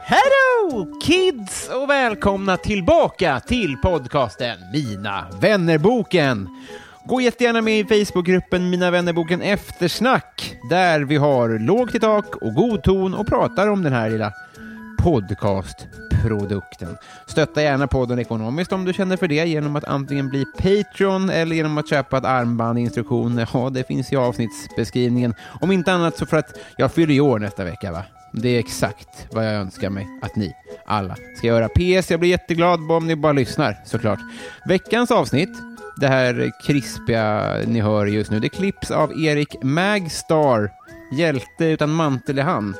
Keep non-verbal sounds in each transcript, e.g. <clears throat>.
Hello kids och välkomna tillbaka till podcasten Mina vännerboken. Gå jättegärna med i Facebookgruppen Mina vännerboken eftersnack där vi har lågt i tak och god ton och pratar om den här lilla podcastprodukten. Stötta gärna podden ekonomiskt om du känner för det genom att antingen bli Patreon eller genom att köpa ett armband instruktioner. Ja, det finns i avsnittsbeskrivningen. Om inte annat så för att jag fyller i år nästa vecka, va? Det är exakt vad jag önskar mig att ni alla ska göra. PS, jag blir jätteglad om ni bara lyssnar, såklart. Veckans avsnitt det här krispiga ni hör just nu, det klipps av Erik Magstar, hjälte utan mantel i hand.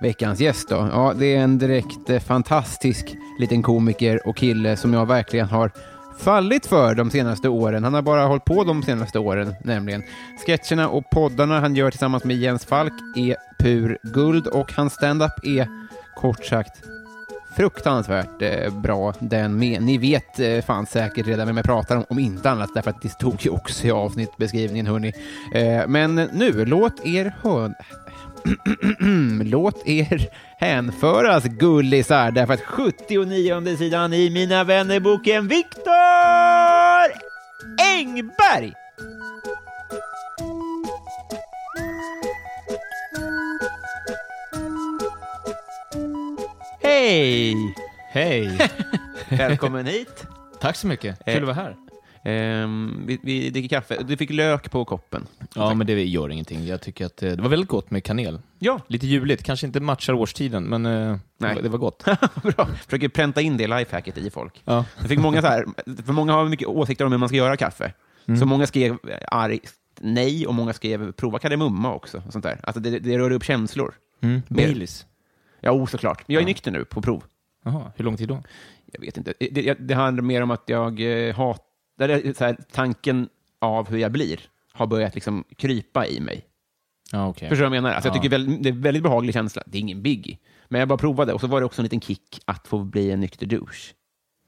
Veckans gäst då? Ja, det är en direkt eh, fantastisk liten komiker och kille som jag verkligen har fallit för de senaste åren. Han har bara hållit på de senaste åren nämligen. Sketcherna och poddarna han gör tillsammans med Jens Falk är pur guld och hans standup är kort sagt fruktansvärt eh, bra den med. Ni vet eh, fan säkert redan vem jag pratar om, om inte annat därför att det stod ju också i avsnittbeskrivningen hörni. Eh, men nu, låt er hön... låt er hänföras gullisar därför att 79 sidan i Mina vännerboken Viktor Engberg Hej! Hej! <laughs> Välkommen hit. Tack så mycket. Kul Eh. att vara här. Ehm, vi, vi dricker kaffe. Du fick lök på koppen. Ja, men det gör ingenting. Jag tycker att eh, det var väldigt gott med kanel. Ja. Lite juligt. Kanske inte matchar årstiden, men eh, Nej. det var- det var <laughs> gott. <laughs> Bra. Försöker pränta in det lifehacket i folk. Ja. Jag fick många så här, för många har mycket åsikter om hur man ska göra kaffe. Mm. Så många skrev argt nej och många skrev prova kardemumma också. Och sånt där. Alltså det, det rör upp känslor. Mm. Mer. Baileys. Ja, o, såklart. Men Jag är nykter nu på prov. Jaha, hur lång tid då? Jag vet inte. Det, det, det handlar mer om att jag eh, hatar det- så här, tanken av hur jag blir har börjat liksom krypa i mig. Ja, okej. Förstår du vad jag menar? Alltså, Jag Ja. tycker väl, det är en väldigt behaglig känsla. Det är ingen biggie. Men jag bara provade och så var det också en liten kick att få bli en nykter douche.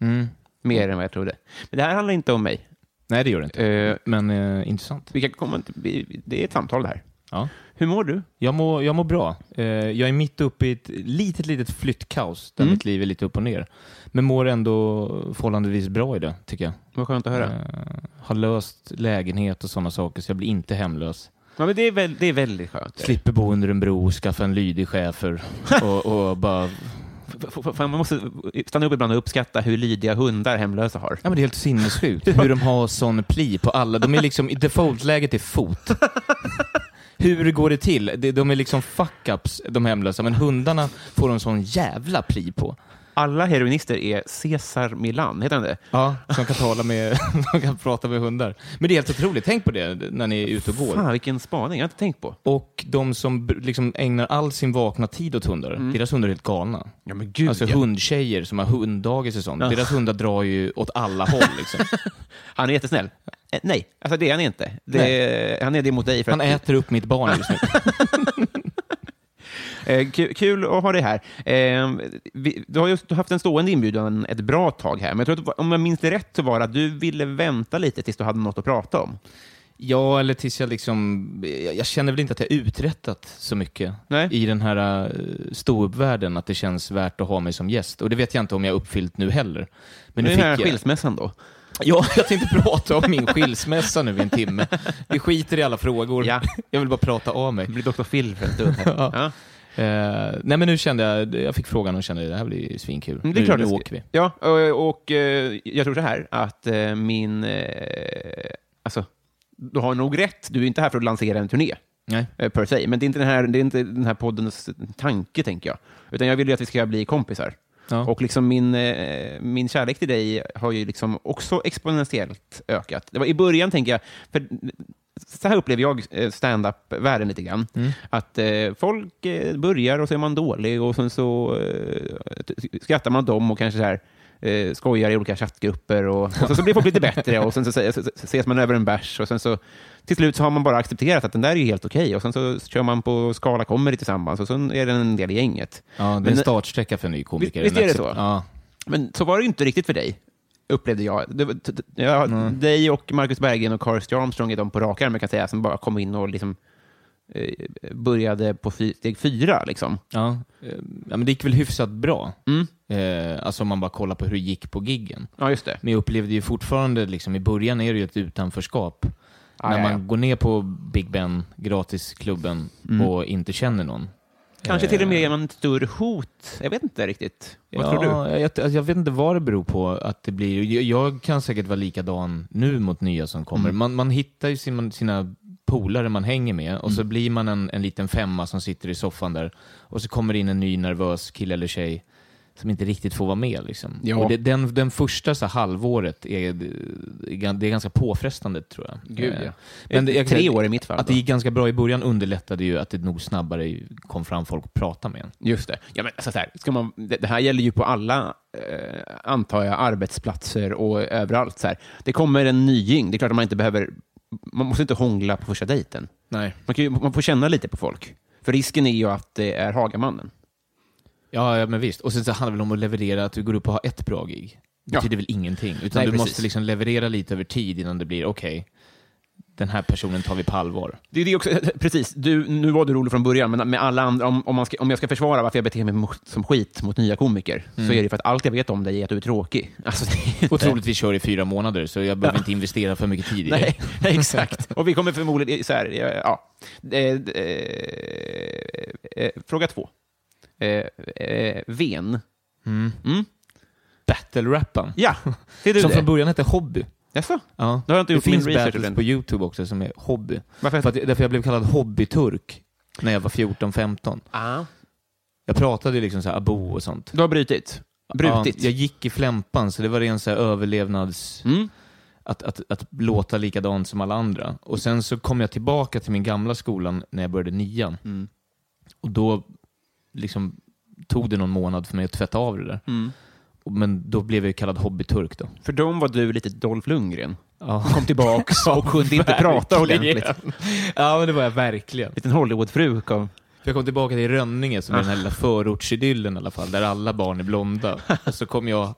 Mm. Mer än vad jag trodde. Men det här handlar inte om mig. Nej, det gör det inte. Eh, Men eh, intressant. vi kan komma till, vi- det är ett samtal det här. Ja. Hur mår du? Jag mår, jag mår bra. Eh, jag är mitt uppe i ett litet, litet flyttkaos där Mm. mitt liv är lite upp och ner. Men mår ändå förhållandevis bra i det, tycker jag. Vad skönt att höra. Eh, har löst lägenhet och sådana saker, så jag blir inte hemlös. Ja, men det, är väl, det är väldigt skönt. Slipper bo under en bro, skaffa en lydig chefer och, och bara... F- f- fan, Man måste stanna upp ibland och uppskatta hur lydiga hundar hemlösa har. Ja, men det är helt sinnessjukt hur de har sån pli på alla. De är liksom, i defaultläget är fot. Hur går det till? De- De är liksom fuck-ups, de hemlösa, men hundarna får de sån jävla pli på. Alla heroinister är Cesar Milan, heter han det? Ja, som kan tala med, <laughs> som kan prata med hundar. Men det är helt otroligt. Tänk på det när ni är ute och går. Fan, vilken spaning. Jag har inte tänkt på. Och de som br- liksom ägnar all sin vakna tid åt hundar, deras hundar är helt galna. Ja, men gud. Alltså ja. hundtjejer som har hunddagis och sånt. Deras hundar drar ju åt alla håll. <laughs> Liksom. Han är jättesnäll. Eh, Nej, alltså det är han inte. Det, Nej. Han är det mot dig. För Han att, äter upp mitt barn just nu. Eh, ku- kul att ha dig här. Eh, vi, du har just haft en stående inbjudan ett bra tag här, men jag tror att, det var- om jag minns det rätt så var det att du ville vänta lite tills du hade något att prata om. <laughs> Ja, eller tills jag liksom... Jag, jag känner väl inte att jag uträttat så mycket Nej. i den här uh, ståuppvärlden, att det känns värt att ha mig som gäst. Och det vet jag inte om jag uppfyllt nu heller. Men Men nu nu den här fick jag... skilsmässan då. Ja, <laughs> jag tänkte prata om min skilsmässa nu i en <laughs> timme. Vi skiter i alla frågor. Ja. Jag vill bara prata av mig. Det blir Dr. Phil för en stund. Här. <laughs> Ja. Ja. Eh, nej, men nu kände jag... Jag fick frågan och kände Mm, det här blir ju svinkul. Men det är nu, klart nu det ska- åker vi. <laughs> Ja, och, och eh, jag tror så här att eh, min... Eh, alltså, du har nog rätt. Du är inte här för att lansera en turné. Nej. eh, per se, men det är inte den här, det är inte den här poddens tanke, tänker jag. Utan jag vill ju att vi ska bli kompisar. Ja. Och liksom min, eh, min kärlek till dig har ju liksom också exponentiellt ökat. Det var i början, tänker jag, för så här upplever jag eh, stand-up-världen lite grann. Att eh, folk eh, börjar och så är man dålig och sen så eh, t- skrattar man åt dem och kanske så här eh, skojar i olika chattgrupper och, och sen så blir folk lite bättre och sen så, säger- så, så ses man över en bärs och sen så till slut så har man bara accepterat att den där är ju helt okej och sen så kör man på Skala kommer tillsammans och sen är den en del i gänget. Ja, det är Men- en startsträcka för en ny komiker. Visst- visst är det En så? accept- Ja. Men så var det ju inte riktigt för dig, upplevde jag. Det, var- t- t- ja, Dig och Marcus Berggren och Karl Strarmstrong är de på rak arm, jag kan säga, som bara kom in och liksom, eh, började på fy, steg fyra. Liksom. Ja. eh, ja, men det gick väl hyfsat bra. Mm. Eh, alltså om man bara kollar på hur det gick på giggen. Ja, just det. Men jag upplevde ju fortfarande, liksom, i början är det ju ett utanförskap. Ah, När ja, man ja. går ner på Big Ben, gratisklubben, och inte känner någon. Mm. Eh, Kanske till och med genom ett större hot. Jag vet inte riktigt. Vad tror du? Jag, jag, jag vet inte vad det beror på att det blir. Jag, jag kan säkert vara likadan nu mot nya som kommer. Mm. Man, man hittar ju sin, sina polare man hänger med och Mm. så blir man en, en liten femma som sitter i soffan där och så kommer det in en ny nervös kille eller tjej som inte riktigt får vara med. Liksom. Ja. Och det, den, den första så här, halvåret är, det är ganska påfrestande tror jag. Gud, ja. Eh, Men det, jag, Tre år i mitt fall. Att det gick ganska bra i början underlättade ju att det nog snabbare kom fram folk att prata med en. Just det. Ja, men, alltså, så här, ska man, det, det här gäller ju på alla, eh, antar jag, arbetsplatser och överallt. Så här. Det kommer en nying. Det är klart att man inte behöver... Man måste inte hångla på första dejten. Nej. Man, kan ju, man får känna lite på folk. För risken är ju att det är Hagamannen. Ja, ja, men visst. Och sen så handlar det väl om att leverera, att du går upp och har ett bra gig. Det Ja. betyder väl ingenting. Utan Nej, du precis. måste liksom leverera lite över tid innan det blir, okej, den här personen tar vi <laughs> på allvar. Det är det också, precis, du, nu var du rolig från början, men med alla andra, om, om, man ska, om jag ska försvara varför jag beter mig mot, som skit mot nya komiker, Mm. så är det för att allt jag vet om dig är att du är tråkig. <laughs> Alltså, det är inte- Och troligtvis kör i fyra månader, så jag behöver inte investera för mycket tid i <laughs> det. Nej, <laughs> <laughs> exakt. Och vi kommer förmodligen... Så här, ja. Eh, eh, eh, Fråga två. Eh, eh, Ven. Mm? Battle-rappen. Ja, ser du Mm. Som det? från början hette Hobby. Jaså? Ja. Då har jag inte Det gjort min finns research battles ordentligt. på YouTube också som är Hobby. Varför? För att, därför jag blev kallad Hobbyturk när jag var 14-15. Ah. Jag pratade ju liksom så här abo och sånt. Du har brutit? Brutit? Ja, jag gick i flämpan, så det var ren så här överlevnads... Mm. Att, att, att låta likadant som alla andra. Och sen så kom jag tillbaka till min gamla skolan när jag började nian. Mm. Och då liksom tog det någon månad för mig att tvätta av det där. Mm. Och- Men då blev jag ju kallad hobbyturk då. För dem var du lite Dolph Lundgren. Ja. <laughs> Kom <laughs> tillbaks och kunde inte prata ordentligt. Ja, men det var jag verkligen. Liten Hollywoodfru kom. För jag kom tillbaka till Rönninge, som är den här lilla förortsidyllen i alla fall, där alla barn är blonda. Och så kom jag,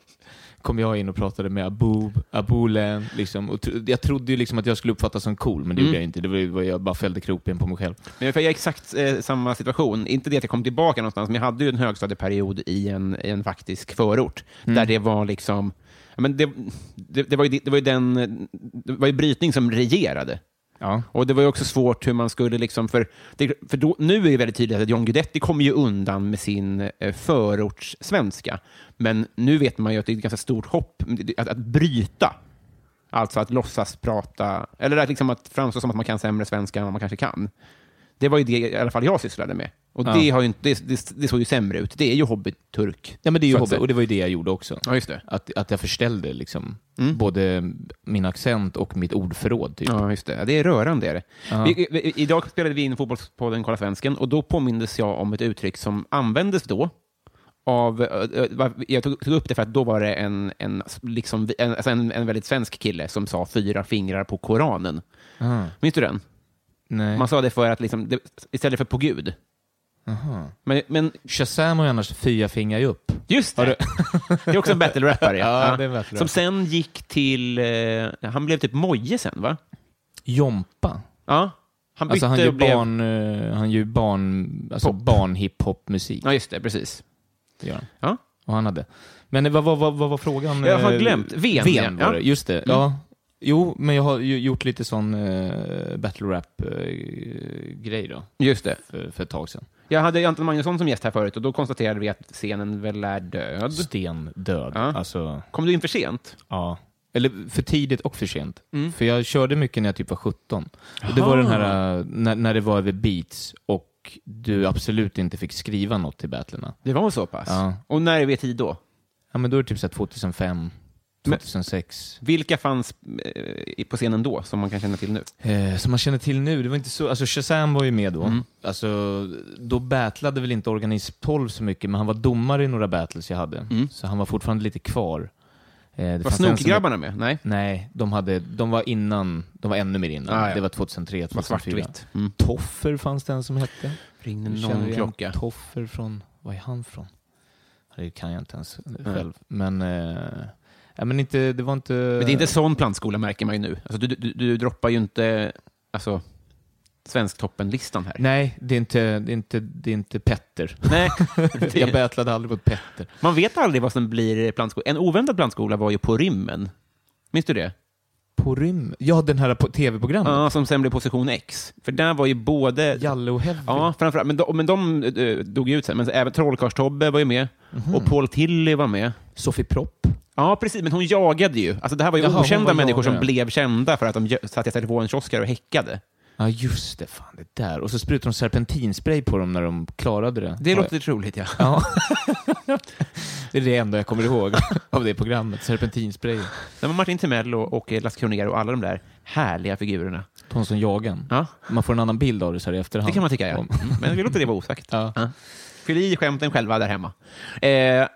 kom jag in och pratade med Abu, Abulen, liksom. och tro, jag trodde ju liksom att jag skulle uppfattas som cool, men det gjorde jag inte. Det var, ju- var jag bara fällde kroppen på mig själv. Men jag är exakt eh, samma situation. Inte det att jag kom tillbaka någonstans, men jag hade ju en högstadieperiod i en, i en faktisk förort, där det var liksom... ja, Men det, det, det, var ju, det var ju den... Det var ju brytning som regerade. Ja. Och det var ju också svårt hur man skulle liksom... För, det, för då, nu är det väldigt tydligt att John Guidetti kommer ju undan med sin eh, förortssvenska. Men nu vet man ju att det är ett ganska stort hopp att, att bryta. Alltså att låtsas prata, eller att, liksom att framstå som att man kan sämre svenska än vad man kanske kan. Det var ju det i alla fall jag sysslade med. Och Ja. det, har ju inte, det, det, det såg ju sämre ut. Det är ju hobbyturk. ja, men det är ju Så att hobby, säga. och det var ju det jag gjorde också. Ja, just det. Att, att jag förställde liksom, både min accent och mitt ordförråd. Typ. Mm. Ja, just det. Ja, Det är rörande. Är det. Vi, vi, idag spelade vi in Fotbollspodden Kolla svensken och då påmindes jag om ett uttryck som användes då. Av, eh, eh, var- jag tog tog upp det för att då var det en, en, liksom, en, alltså en, en väldigt svensk kille som sa fyra fingrar på Koranen. Ah, Minns du den? nej. Man sa det för att liksom, det, istället för på Gud. Aha. Men, men Shazam har ju annars fyra fingrar ju upp. just det, <laughs> det är också en battle-rappare. <laughs> Ja, det är en battle-rappare. Som sen gick till... Eh, han blev typ Moje sen, va? Jompa. Ja. Han bytte Alltså han gör och blev... barn, eh, han gör barn, alltså Pop. barn hiphop-musik. Ja, just det. Precis. gör han. Ja. Och han hade. Men eh, vad, vad, vad, vad var frågan? Jag har Eh, glömt. Ven, Ven ja. Mm. var det, just det. Ja. Jo, men jag har ju gjort lite sån eh, battle rap-grej då, Just det. för, för ett tag sedan. Jag hade Anton Magnusson som gäst här förut och då konstaterade vi att scenen väl är död. Sten död. Ja. Alltså, Kom du in för sent? ja. Eller för tidigt och för sent. Mm. För jag körde mycket när jag typ var 17. Och det var den här, eh, när, när det var över beats och du absolut inte fick skriva något till battlerna. Det var så pass? Ja. Och när är vi i tid då? Ja, men då är det typ så här 2005, Men- 2006. Vilka fanns eh, på scenen då, som man kan känna till nu? Eh, som man känner till nu, det var inte så... Alltså Shazam var ju med Mm. då. Alltså, då battlade väl inte Organism 12 så mycket, men han var domare i några battles jag hade. Så han var fortfarande lite kvar. Eh, det Mm. Var fanns en som- Snokgrabbarna med? Nej? Nej, de, hade, de var innan, de var ännu mer innan. Ah, ja. Det var 2003, Det var 2004. svartvitt. Mm. Toffer fanns det en som hette. Ringde Nu känner någon jag igen klocka? Toffer från, var är han från? Ja, Det kan jag inte ens Nej. själv. Men, eh, ja, men inte, det var inte... Men det är inte sån plantskola märker man ju nu. Alltså, du, du, du droppar ju inte alltså, Svensktoppen-listan här. Nej, det är inte, det är inte, det är <laughs> inte Petter. Nej. <laughs> Jag battlade aldrig mot Petter. man vet aldrig vad som blir plantskola. En oväntad plantskola var ju På rymmen. Minns du det? På rymmen? Ja, den här på- tv-programmet. Ja, som sen blev position X. För där var ju både... Jalle och Heavy. Ja, framförallt. Men de, men de eh, dog ju ut sen. Men även Trollkarls-Tobbe var ju med. Och Paul Tilly var med. Sofie Propp. Ja, precis. Men hon jagade ju. Alltså, det här var ju Jaha, hon okända var människor som jagare. blev kända för att de gö- satt i telefonkiosker och häckade. Ja, just det. Fan, det där. Och så sprutade de serpentinspray på dem när de klarade det. Det Ja, låter lite roligt, ja. Ja. <laughs> det är det enda jag kommer ihåg av det programmet. Serpentinspray. Det var Martin Timell och, och Lasse Kronér och alla de där härliga figurerna. De som jagar en. Ja, Man får en annan bild av det så här i efterhand. det kan man tycka, ja. Om- Mm, Men vi låter det vara osagt. Ja. Ja. Fyll i skämten själva där hemma. Eh, eh,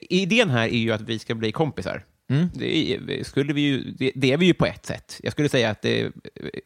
idén här är ju att vi ska bli kompisar. Mm. Det, är, skulle vi ju, det, det är vi ju på ett sätt. Jag skulle säga att, det,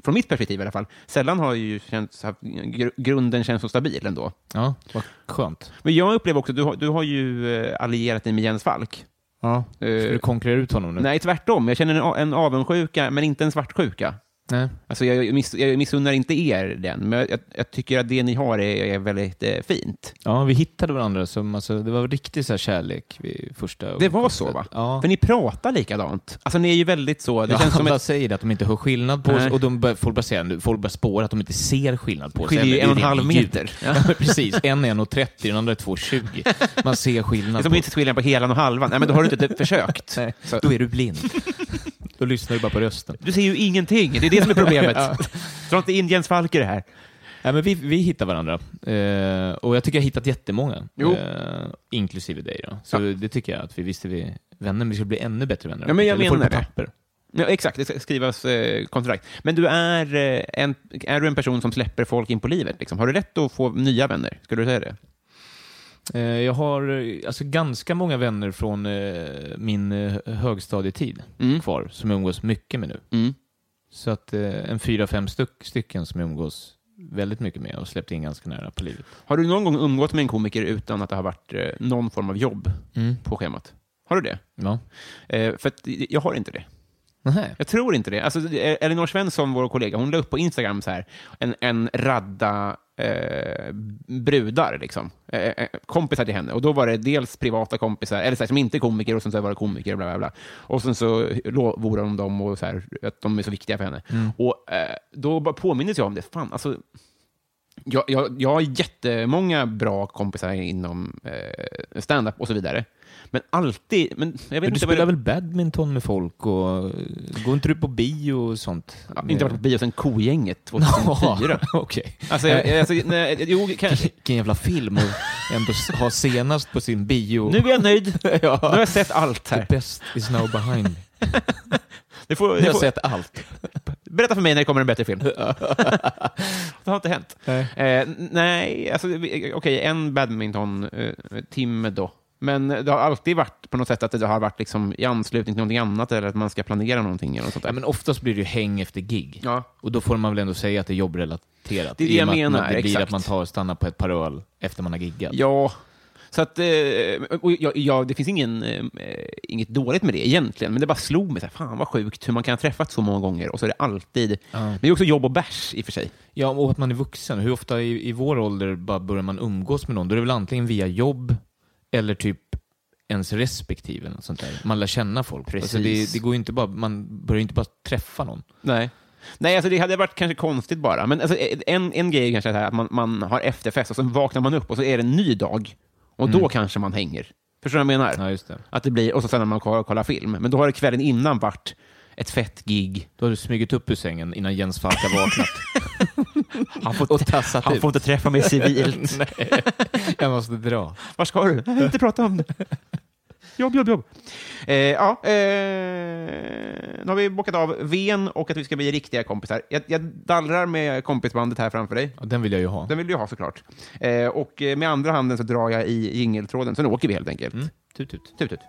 från mitt perspektiv i alla fall, sällan har ju känts, haft, gr- grunden känns så stabil ändå. Ja, vad skönt. Men jag upplever också, du har, du har ju eh, allierat dig med Jens Falk. Ja. Ska Eh, du konkurrera ut honom nu? Nej, tvärtom. Jag känner en, a- en avundsjuka, men inte en svartsjuka. Nej. Alltså jag, miss, jag missunnar inte er den, men jag, jag tycker att det ni har är, är väldigt eh, fint. Ja, vi hittade varandra. Som, alltså, det var riktig så här kärlek vid första... Det var så, va? Ja. För ni pratar likadant. Alltså ni är ju väldigt så... Det ja, känns som alla ett, säger det, att de inte hör skillnad på oss Nej. och de bör, folk, börjar säga, nu- folk börjar spåra att de inte ser skillnad på oss. skiljer ju Ja, en och en men det är halv ljud. meter. Ja, men precis. En är 1,30, den andra är 2,20. Man ser Det är skillnad. som på inte skillnad på helan och halvan. Nej, men då har du inte typ försökt. <laughs> Nej, Så- Då är du blind. Då lyssnar du bara på rösten. Du ser ju ingenting. Det är det som är <laughs> problemet. Dra inte in Jens Falk i det här. Nej, men vi, vi hittar varandra. Eh, och jag tycker jag har hittat jättemånga. Jo. Eh, inklusive dig då. Så det tycker jag att vi visste vi vänner, men vi skulle bli ännu bättre vänner. Ja, men jag Eller får menar det. det. på papper. Ja, exakt, det ska skrivas eh, kontrakt. Men du är, eh, en, är du en person som släpper folk in på livet? Liksom? Har du rätt att få nya vänner? Skulle du säga det? Eh, Jag har eh, alltså, ganska många vänner från eh, min eh, högstadietid Mm. kvar, som jag umgås mycket med nu. Mm. Så att eh, en fyra, fem styck, stycken som jag umgås väldigt mycket med och släppt in ganska nära på livet. Har du någon gång umgått med en komiker utan att det har varit eh, någon form av jobb på schemat? Har du det? Ja. Eh, för att jag har inte det. Nähä. Jag tror inte det. Alltså, Elinor Svensson, vår kollega, hon la upp på Instagram så här, en, en radda eh, brudar, liksom. eh, eh, kompisar till henne. Och då var det dels privata kompisar, eller så här, som inte är komiker, och sen så var det komiker, bla, bla, bla. Och sen så lovordade de dem och så här, att de är så viktiga för henne. Mm. Och eh, då bara påminnes jag om det. Fan, alltså, jag, jag, jag har jättemånga bra kompisar inom eh, stand-up och så vidare. Men alltid... Men jag vet Men du inte vad det- spelar väl badminton med folk och eh, går inte du på bio och sånt? Eh, Ja, inte varit på bio sen Kogänget <laughs> <laughs> 2004. Okej. Alltså, jag, jag- alltså, nej, jo, kanske. Vilken jävla film att ändå s- ha senast på sin bio. <laughs> Nu är jag nöjd. <laughs> ja. Nu har jag sett allt The här. best is now behind <laughs> me. Du får, Jag du har får, sett allt. berätta för mig när det kommer en bättre <laughs> film. Det har inte hänt. Nej. Eh, nej, alltså, vi- okej, en badminton-timme eh, då Men det har alltid varit på något sätt att det har varit liksom i anslutning till någonting annat eller att man ska planera någonting. Eller något sånt Ja, där. men oftast blir det ju häng efter gig. Ja. Och då får man väl ändå säga att det är jobbrelaterat. Det är det I och jag med att menar, Det blir exakt. att man tar och stannar på ett par öl efter man har giggat. Ja, så att, eh, och jag, jag, det finns ingen, eh, inget dåligt med det egentligen, men det bara slog mig. Så här, fan vad sjukt hur man kan ha träffats så många gånger och så är det alltid... Men det är också jobb och bärs i och för sig. Ja, och att man är vuxen. Hur ofta i, i vår ålder bara börjar man umgås med någon? Då är det väl antingen via jobb eller typ ens respektive. eller något Sånt där. Man lär känna folk. Alltså Precis. det, det går ju inte bara, man börjar ju inte bara träffa någon. Nej. Nej, alltså det hade varit kanske konstigt bara. Men alltså, en, en grej är kanske så här, att man, man har efterfest och sen vaknar man upp och så är det en ny dag. Och då kanske man hänger. Förstår du vad jag menar? Ja, just det. Att det blir, och så sen när man kollar, kollar film. Men då har det kvällen innan varit ett fett gig. Då har du smugit upp ur sängen innan Jens Falk har <laughs> vaknat. Han får, Och tassat han ut. <laughs> får inte träffa mig <laughs> civilt. Nej, <laughs> jag måste dra. Var ska du? Jag vill inte prata om det. Jobb, jobb, jobb. Eh, ja, eh, nu har vi bockat av ven och att vi ska bli riktiga kompisar. Jag, jag dallrar med kompisbandet här framför dig. Ja, den vill jag ju ha. Den vill du ha såklart. Eh, och eh, med andra handen så drar jag i jingeltråden. Sen åker vi helt enkelt. Mm. Tut, tut. Tut, tut.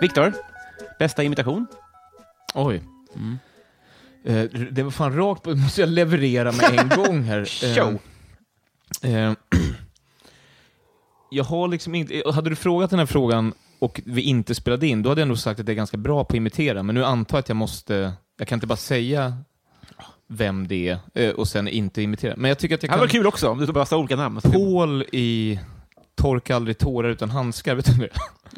Viktor, bästa imitation? Oj. Mm. Eh, det var fan rakt på, <laughs> måste jag leverera med en <laughs> gång här. Eh, Show. eh, <clears throat> jag har liksom inte, hade du frågat den här frågan och vi inte spelade in, då hade jag nog sagt att jag är ganska bra på att imitera, men nu antar jag att jag måste, jag kan inte bara säga vem det är eh, och sen inte imitera. Men jag tycker att jag Det Oh, hade kan... varit kul också om du tog bästa olika namn. Paul i Torka aldrig tårar utan handskar, vet du det?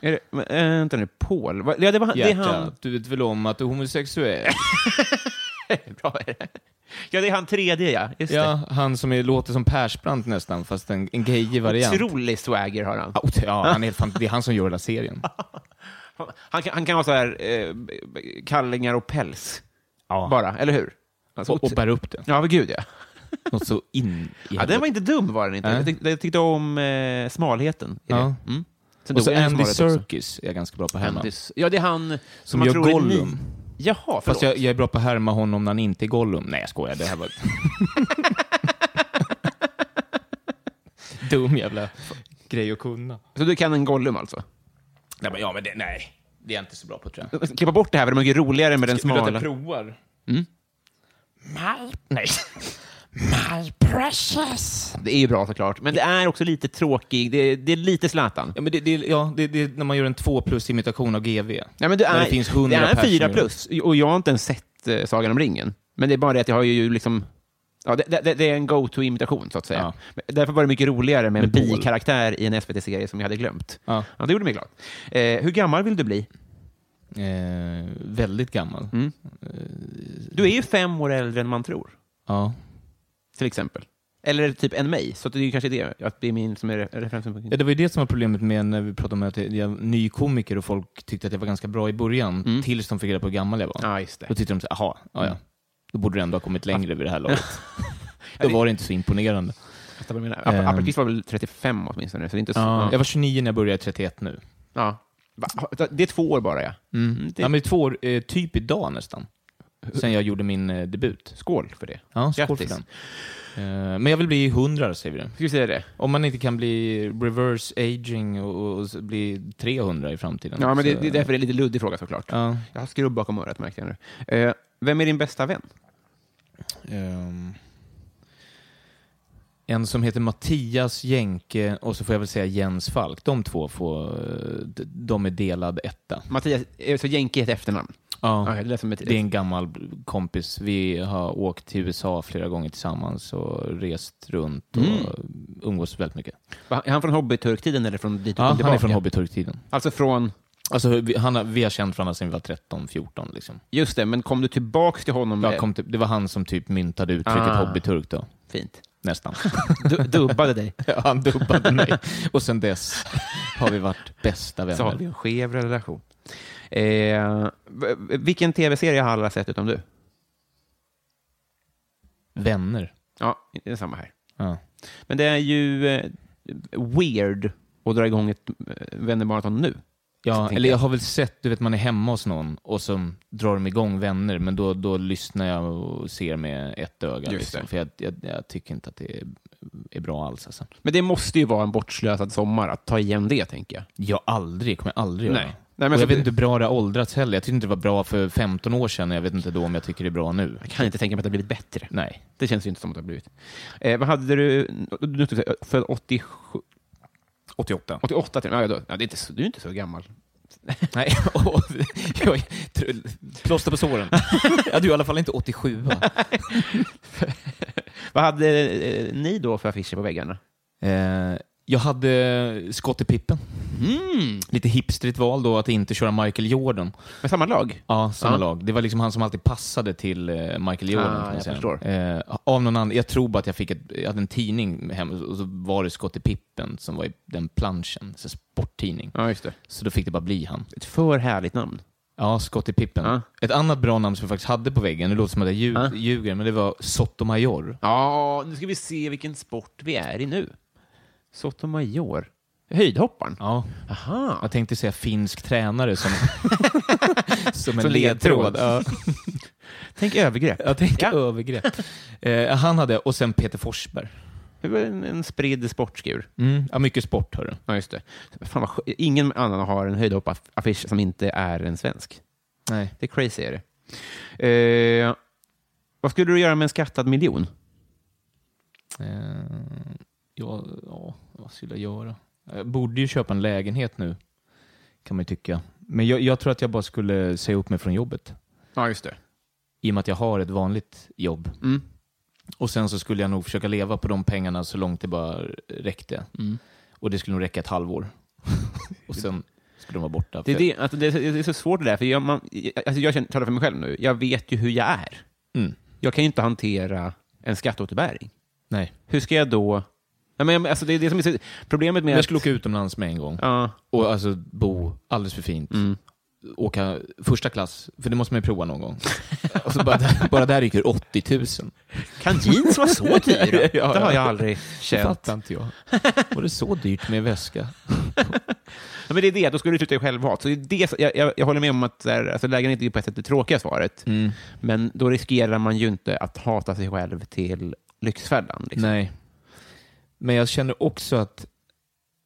Är det, men, äh, vänta nu, Paul? Va- Ja, <laughs> det, var, han- det är han. <laughs> Hjärta, du vet väl om att du är homosexuell? Bra är det. Ja, det är han tredje, ja. Just ja, han som är, låter som Persbrandt nästan, fast en, en gayig det. variant. Otrolig swagger har han. Ja, ot- Ja, han är helt fan, det är han som gör hela serien. Han kan, han kan ha så här eh, kallingar och päls, <laughs> Ja. bara. Eller hur? Alltså, och, och bär upp det. Ja, men gud ja. Något så in i ja. Den var inte dum, var den inte. Nej. Jag, tyckte, jag tyckte om eh, smalheten. i det. Ja. Mm. Sen dog Och så han i Andy smalhet också. Serkis är jag ganska bra på att härma. Andy Serkis. Ja, det är han som, Som man gör tror är ny- Gollum. Jaha, förlåt. Fast jag, jag är bra på att härma honom när han inte är Gollum. Nej, jag skojar. Det här <laughs> var... Dum jävla grej att kunna. Så du kan en Gollum alltså? Nej, men, ja, men det, nej. Det är jag inte så bra på, tror jag. Klippa bort det här, för det är mycket roligare med den Vill du att jag smala. Mm. provar? Nej. <laughs> My precious. Det är ju bra såklart, men det är också lite tråkig. Det, det är lite Zlatan. Ja, men det, det, ja, det, det är när man gör en 2 plus-imitation av GV. Ja, men det, När är, det finns 100 det är en personer. 4 plus, och jag har inte ens sett eh, Sagan om ringen. Men det är bara det att jag har ju liksom... Ja, det, det, det är en go-to-imitation, så att säga. Ja. Men Därför var det mycket roligare med en Med Paul. bikaraktär i en SVT-serie som jag hade glömt. Ja. det gjorde mig glad. Eh, hur gammal vill du bli? Eh, väldigt gammal. Mm. Mm. Eh, Du är ju fem år äldre än man tror, Ja. till exempel. Eller typ än mig, så att det är ju kanske det, att det är min som är re- referensen. Ja, det var ju det som var problemet med när vi pratade om att jag jag var ny komiker och folk tyckte att jag var ganska bra i början, tills de fick reda på hur gammal jag var. Mm. Ja, Mm. just det. Då tyckte de så här, aha, ja, ja. Då borde du ändå ha kommit längre vid det här laget. <laughs> Då var det inte så imponerande. Fattar vad du menar. App- Ehm. Appelqvist var väl 35 åtminstone, så det är inte så... Ja. Ja. Jag var 29 när jag började, jag är 31 nu. Ja. Va? Det är två år bara, ja. Mm, det- Ja, men två år, eh, typ idag nästan, sen jag gjorde min eh, debut. Skål för det. Ja, skål för Grattis. den. Eh, men jag vill bli 100, säger vi det. Ska vi säga det? Om man inte kan bli reverse aging och, och, och bli 300 i framtiden. Ja, men det, så- det är därför det är lite luddig fråga såklart. Ja. Jag har skrubb bakom örat märkte jag nu. Eh, vem är din bästa vän? Ehm, en som heter Mattias Jenke och så får jag väl säga Jens Falk. De två får, eh, d- de är delad etta. Mattias, eh, så Jänke är ett efternamn? Ja, Ja, det lät som ett... det är en gammal kompis. Vi har åkt till USA flera gånger tillsammans och rest runt och umgås väldigt mycket. Va, Är han från hobbyturktiden eller från dit Mm. du Ja, kom han tillbaka? är från hobbyturktiden. Alltså från... Alltså, vi, han, har- vi har känt varandra sedan vi var 13-14. Liksom. Just det, men kom du tillbaka till honom? Jag med- kom till, det var han som typ myntade uttrycket Mm. Ah. hobbyturk då, Fint. nästan. Du, dubbade dig. <laughs> Ja, han <laughs> dubbade mig. Och sen dess har vi varit bästa vänner. Så har vi en skev relation. Eh, v- vilken tv-serie har alla sett utom du? Vänner. Ja, det är samma här. Ja. Men det är ju eh, weird att dra igång ett eh, vännermaraton nu. Ja, Så tänker eller jag jag. har väl sett, du vet man är hemma hos någon och så drar de igång vänner, men då, då lyssnar jag och ser med ett öga. Just Liksom, det. för jag, jag, jag tycker inte att det är, är bra alls. Alltså. Men det måste ju vara en bortslösad sommar att ta igen det, tänker jag. Jag aldrig, kommer jag aldrig göra. Nej. Nej, men och så jag vet det- inte hur bra det har åldrats heller. Jag tyckte inte det var bra för 15 år sedan och jag vet inte då om jag tycker det är <laughs> bra nu. Jag kan inte tänka mig att det har blivit bättre. Nej. Det känns ju inte som att det har blivit. Eh, vad hade du... Du är född 87... 88. 88 till och med. ja, då- ja, det är inte så, Du är inte så gammal. <laughs> Nej, jag är tr- plåster på såren. <laughs> ja, du är i alla fall inte 87 va? Vad hade eh, ni då för affischer på väggarna? eh, Jag hade skott i pippen. Mm. Lite hipstrigt val då att inte köra Michael Jordan. Med samma lag? Ja, samma Ja. lag. Det var liksom han som alltid passade till eh, Michael Jordan. Ah, kan man jag säga. förstår. Eh, av någon annan, jag tror bara att jag fick ett, jag hade en tidning hem och så var det Scottie Pippen som var i den planschen, så sporttidning. Ja, just det. Så då fick det bara bli han. Ett för härligt namn. Ja, Scottie Pippen. Ja. Ett annat bra namn som jag faktiskt hade på väggen, det låter som att jag ljug, Ja. ljuger, men det var Sotomayor. Ja, nu ska vi se vilken sport vi är i nu. Sotomayor. Höjdhopparen? Ja, Aha. jag tänkte säga finsk <laughs> tränare som, som en Som ledtråd. ledtråd. Ja. Tänk övergrepp. Jag tänkte Ja. övergrepp. Eh, han hade, och sen Peter Forsberg. Det var en, en spridd sportskur. Mm. Ja, mycket sport, hörru. Ja, just det. Fan vad, skö- ingen annan har en höjdhopparaffisch som inte är en svensk. Nej. Det är crazy. Är det. Eh, vad skulle du göra med en skattad miljon? Eh, ja, ja, vad skulle jag göra? Jag borde ju köpa en lägenhet nu, kan man ju tycka. Men jag, jag tror att jag bara skulle säga upp mig från jobbet. Ja, just det. I och med att jag har ett vanligt jobb. Mm. Och sen så skulle jag nog försöka leva på de pengarna så långt det bara räckte. Och det skulle nog räcka ett halvår. <laughs> och sen skulle de vara borta. Det är, det, alltså, det, är, så- det är så svårt det där, för jag, man, alltså, jag känner, talar för mig själv nu. Jag vet ju hur jag är. Mm. Jag kan ju inte hantera en skatteåterbäring. Nej. Hur ska jag då... Ja, men, alltså, det är det som är så, problemet med... Men jag skulle åka utomlands med en gång. Ja, Och alltså bo alldeles för fint. Mm. Åka första klass, för det måste man ju prova någon gång. <laughs> Och så bara, bara där gick det 80 000. kan jeans vara så <laughs> dyra? Ja, ja. Det har jag aldrig Det känt. fattar inte jag. Var det så dyrt med väska? Ja, men det är det, då skulle du sluta i självhat. Så det är det, som- jag, jag, jag håller med om att så här, alltså, lägenhet är ju på ett sätt det tråkiga svaret. Men då riskerar man ju inte att hata sig själv till Lyxfällan. Liksom. Nej. Men jag känner också att,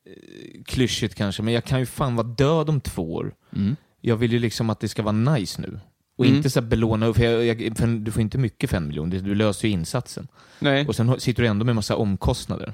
eh, klyschigt kanske, men jag kan ju fan vara död om två år. Mm. Jag vill ju liksom att det ska vara nice nu. Och inte så här belåna, för, jag, jag, för du får inte mycket för en miljon, Det- du löser ju insatsen. Nej. Mm. Och sen har- sitter du ändå med massa omkostnader.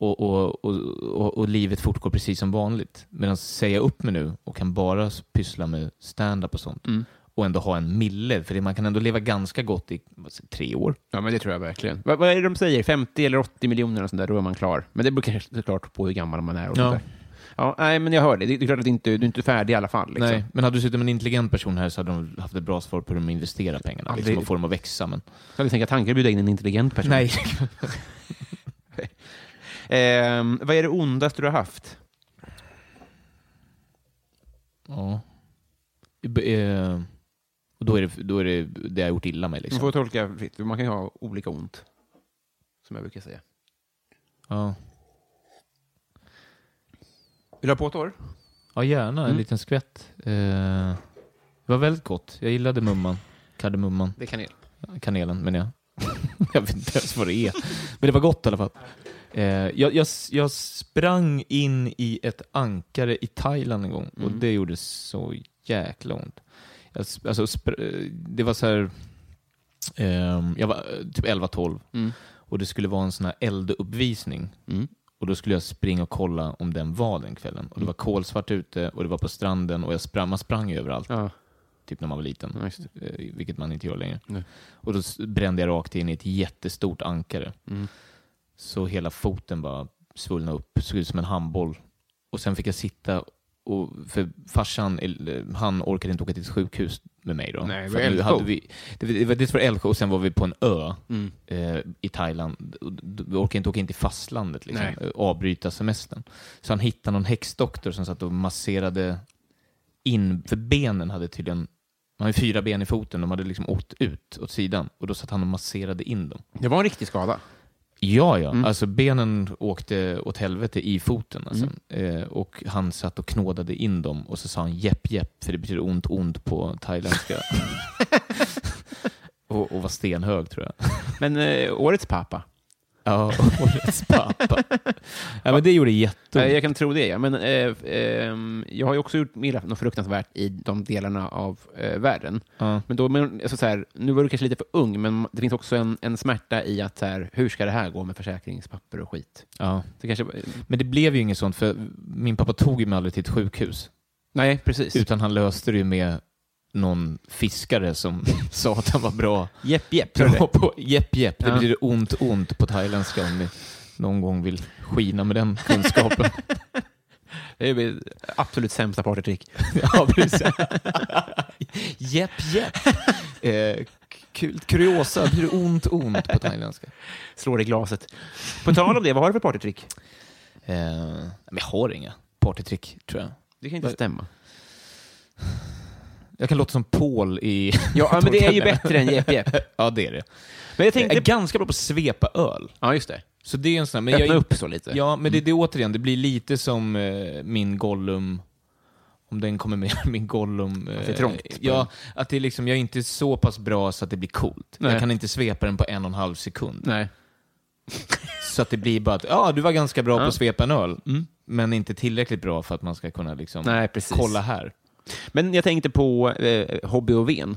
Och, och, och, och, och livet fortgår precis som vanligt. Medan säga upp mig nu och kan bara s- pyssla med stand-up och sånt. Mm. Och ändå ha en mille, för det, man kan ändå leva ganska gott i vad säger- tre år. Ja, men det tror jag verkligen. Vad, vad är det de säger? 50 eller 80 miljoner, och sånt där, då är man klar. Men det beror kanske såklart på hur gammal man är. Och Ja. sånt där. Ja, nej, men jag hör det. Det är klart att inte, du är inte färdig i alla fall. Liksom. Nej, men hade du suttit med en intelligent person här så hade de haft ett bra svar på hur de investerar pengarna. Aldrig. Liksom, och får dem att växa. Men... Jag hade tänkt att tanken bjuda in en intelligent person. Nej. Ehm, vad är det ondaste du har haft? ja. B- eh, och då är, det, då är det det jag har gjort illa mig. Man Liksom. får tolka fritt. Man kan ju ha olika ont, som jag brukar säga. Ja. Vill du ha påtår? Ja, gärna. En Mm. liten skvätt. Eh, det var väldigt gott. Jag gillade mumman. Kardemumman. Det kan jag. Kanelen, men jag. <laughs> jag vet inte ens vad det är. Men det var gott i alla fall. Eh, jag, jag, jag sprang in i ett ankare i Thailand en gång och Mm. det gjorde så jäkla ont. Jag, sp- alltså, spr- eh, det var så här... ehm, jag var eh, typ 11-12 Mm. och det skulle vara en sån här elduppvisning. Mm. Och då skulle jag springa och kolla om den var den kvällen. Och det var kolsvart ute och det var på stranden och jag sprang, man sprang ju överallt, Ja, typ när man var liten. ja, just det. Eh, Vilket man inte gör längre. Nej. Och då s- brände jag rakt in i ett jättestort ankare. Mm. Så hela foten bara svullnade upp, såg ut som en handboll. Och sen fick jag sitta och, för farsan, eller, han orkade inte åka till ett sjukhus med mig då. Nej, det För var nu Älvsjö. hade vi, det, var- det var dels var det Älvsjö och sen var vi på en ö Mm. eh, i Thailand. Och d- Vi orkade inte åka in till fastlandet, liksom, Nej. eh, avbryta semestern. Så han hittade någon häxdoktor som satt och masserade in, för benen hade tydligen, man har ju fyra ben i foten, de hade liksom åkt ut åt sidan. Och då satt han och masserade in dem. Det var en riktig skada. Ja, ja. Mm. Alltså benen åkte åt helvete i foten. Alltså. Mm. Eh, och han satt och knådade in dem och så sa han jepp jepp, för det betyder ont ont på <laughs> thailändska. <laughs> och, och var stenhög tror jag. Men eh, årets pappa. Ja, <laughs> årets pappa. ja, men det gjorde Eh, jätteont. jag kan tro det, ja. Men eh, ehm, jag har ju också gjort illa något fruktansvärt i de delarna av eh, världen. Ja. Men då, men, alltså, så här, nu var du kanske lite för ung, men det finns också en, en smärta i att så här, hur ska det här gå med försäkringspapper och skit? Ja. Det kanske, eh, Men det blev ju inget sånt, för min pappa tog ju mig aldrig till ett sjukhus. nej, precis. Utan han löste det ju med någon fiskare som <laughs> sa att han var bra Jepp, jepp. tror du det? Bra på jepp jepp, det Ja. betyder ont ont på thailändska om ni någon gång vill skina med den kunskapen. <laughs> Det är ju absolut sämsta partytrick. ja, precis. jepp jepp. Eh, kul, kuriosa, betyder ont ont på thailändska. Slår i glaset. På tal om det, vad har du för partytrick? Eh, men jag har inga partytrick, tror jag. Det kan inte Vad- stämma. Jag kan låta som Paul i... <laughs> Ja, men det är ju bättre än jepp, jepp. ja, det är det. <laughs> Men jag Jag är tänkte... ganska bra på att svepa öl. Ja, just det. Så det är en sån här, men Öppna jag, är- upp Mm. så lite. Ja, men det, det är återigen, det blir lite som eh, min Gollum, om den kommer med, <laughs> min Gollum. Eh, Att det är trångt. Ja, att det är liksom, jag är inte så pass bra så att det blir coolt. Nej. Jag kan inte svepa den på en och en halv sekund. Nej. Så att det blir bara att, ja, du var ganska bra på Ja. Mm. att svepa en öl, men inte tillräckligt bra för att man ska kunna liksom, Nej, precis. kolla här. Men jag tänkte på eh, Hobby och Ven.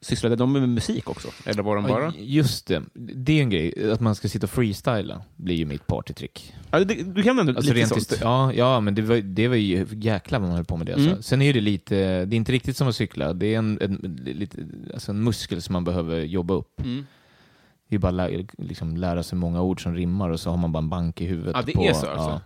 Sysslade de med musik också? Eller var de bara... Ja, Just det, det är en grej, att man ska sitta och freestyla blir ju mitt partytrick. Ja, det, du kan ändå Alltså lite rent sånt. hist- ja, ja, men det var, det var ju jäklar vad man höll på med det. Alltså. Mm. Sen är det lite, det är inte riktigt som att cykla. Det är en, en, lite, alltså en muskel som man behöver jobba upp. Mm. Det är bara lä, liksom lära sig många ord som rimmar och så har man bara en bank i huvudet. Ja, det på, är så alltså. Ja.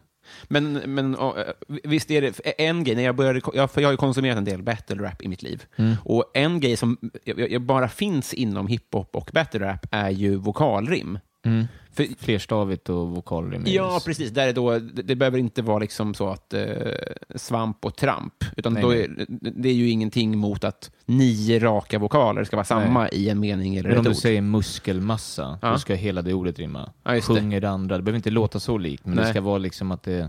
Men, men ja, eh, visst är det en grej, när jag började, jag, för jag har ju konsumerat en del battle rap i mitt liv. Mm. Och en grej som jag, jag bara finns inom hiphop och battle rap är ju vokalrim. Mm. För, Flerstavigt och vokalrim. är ja, just- precis. Där är då, det, det behöver inte vara liksom så att eh, svamp och tramp, utan Nej, då är, det är ju ingenting mot att nio raka vokaler ska vara samma i en mening eller Men om ett du ord. säger muskelmassa, Ja. då ska hela det ordet rimma. Ja, just det. Sjunger det andra, det behöver inte låta så likt, men det Nej. ska vara liksom att det är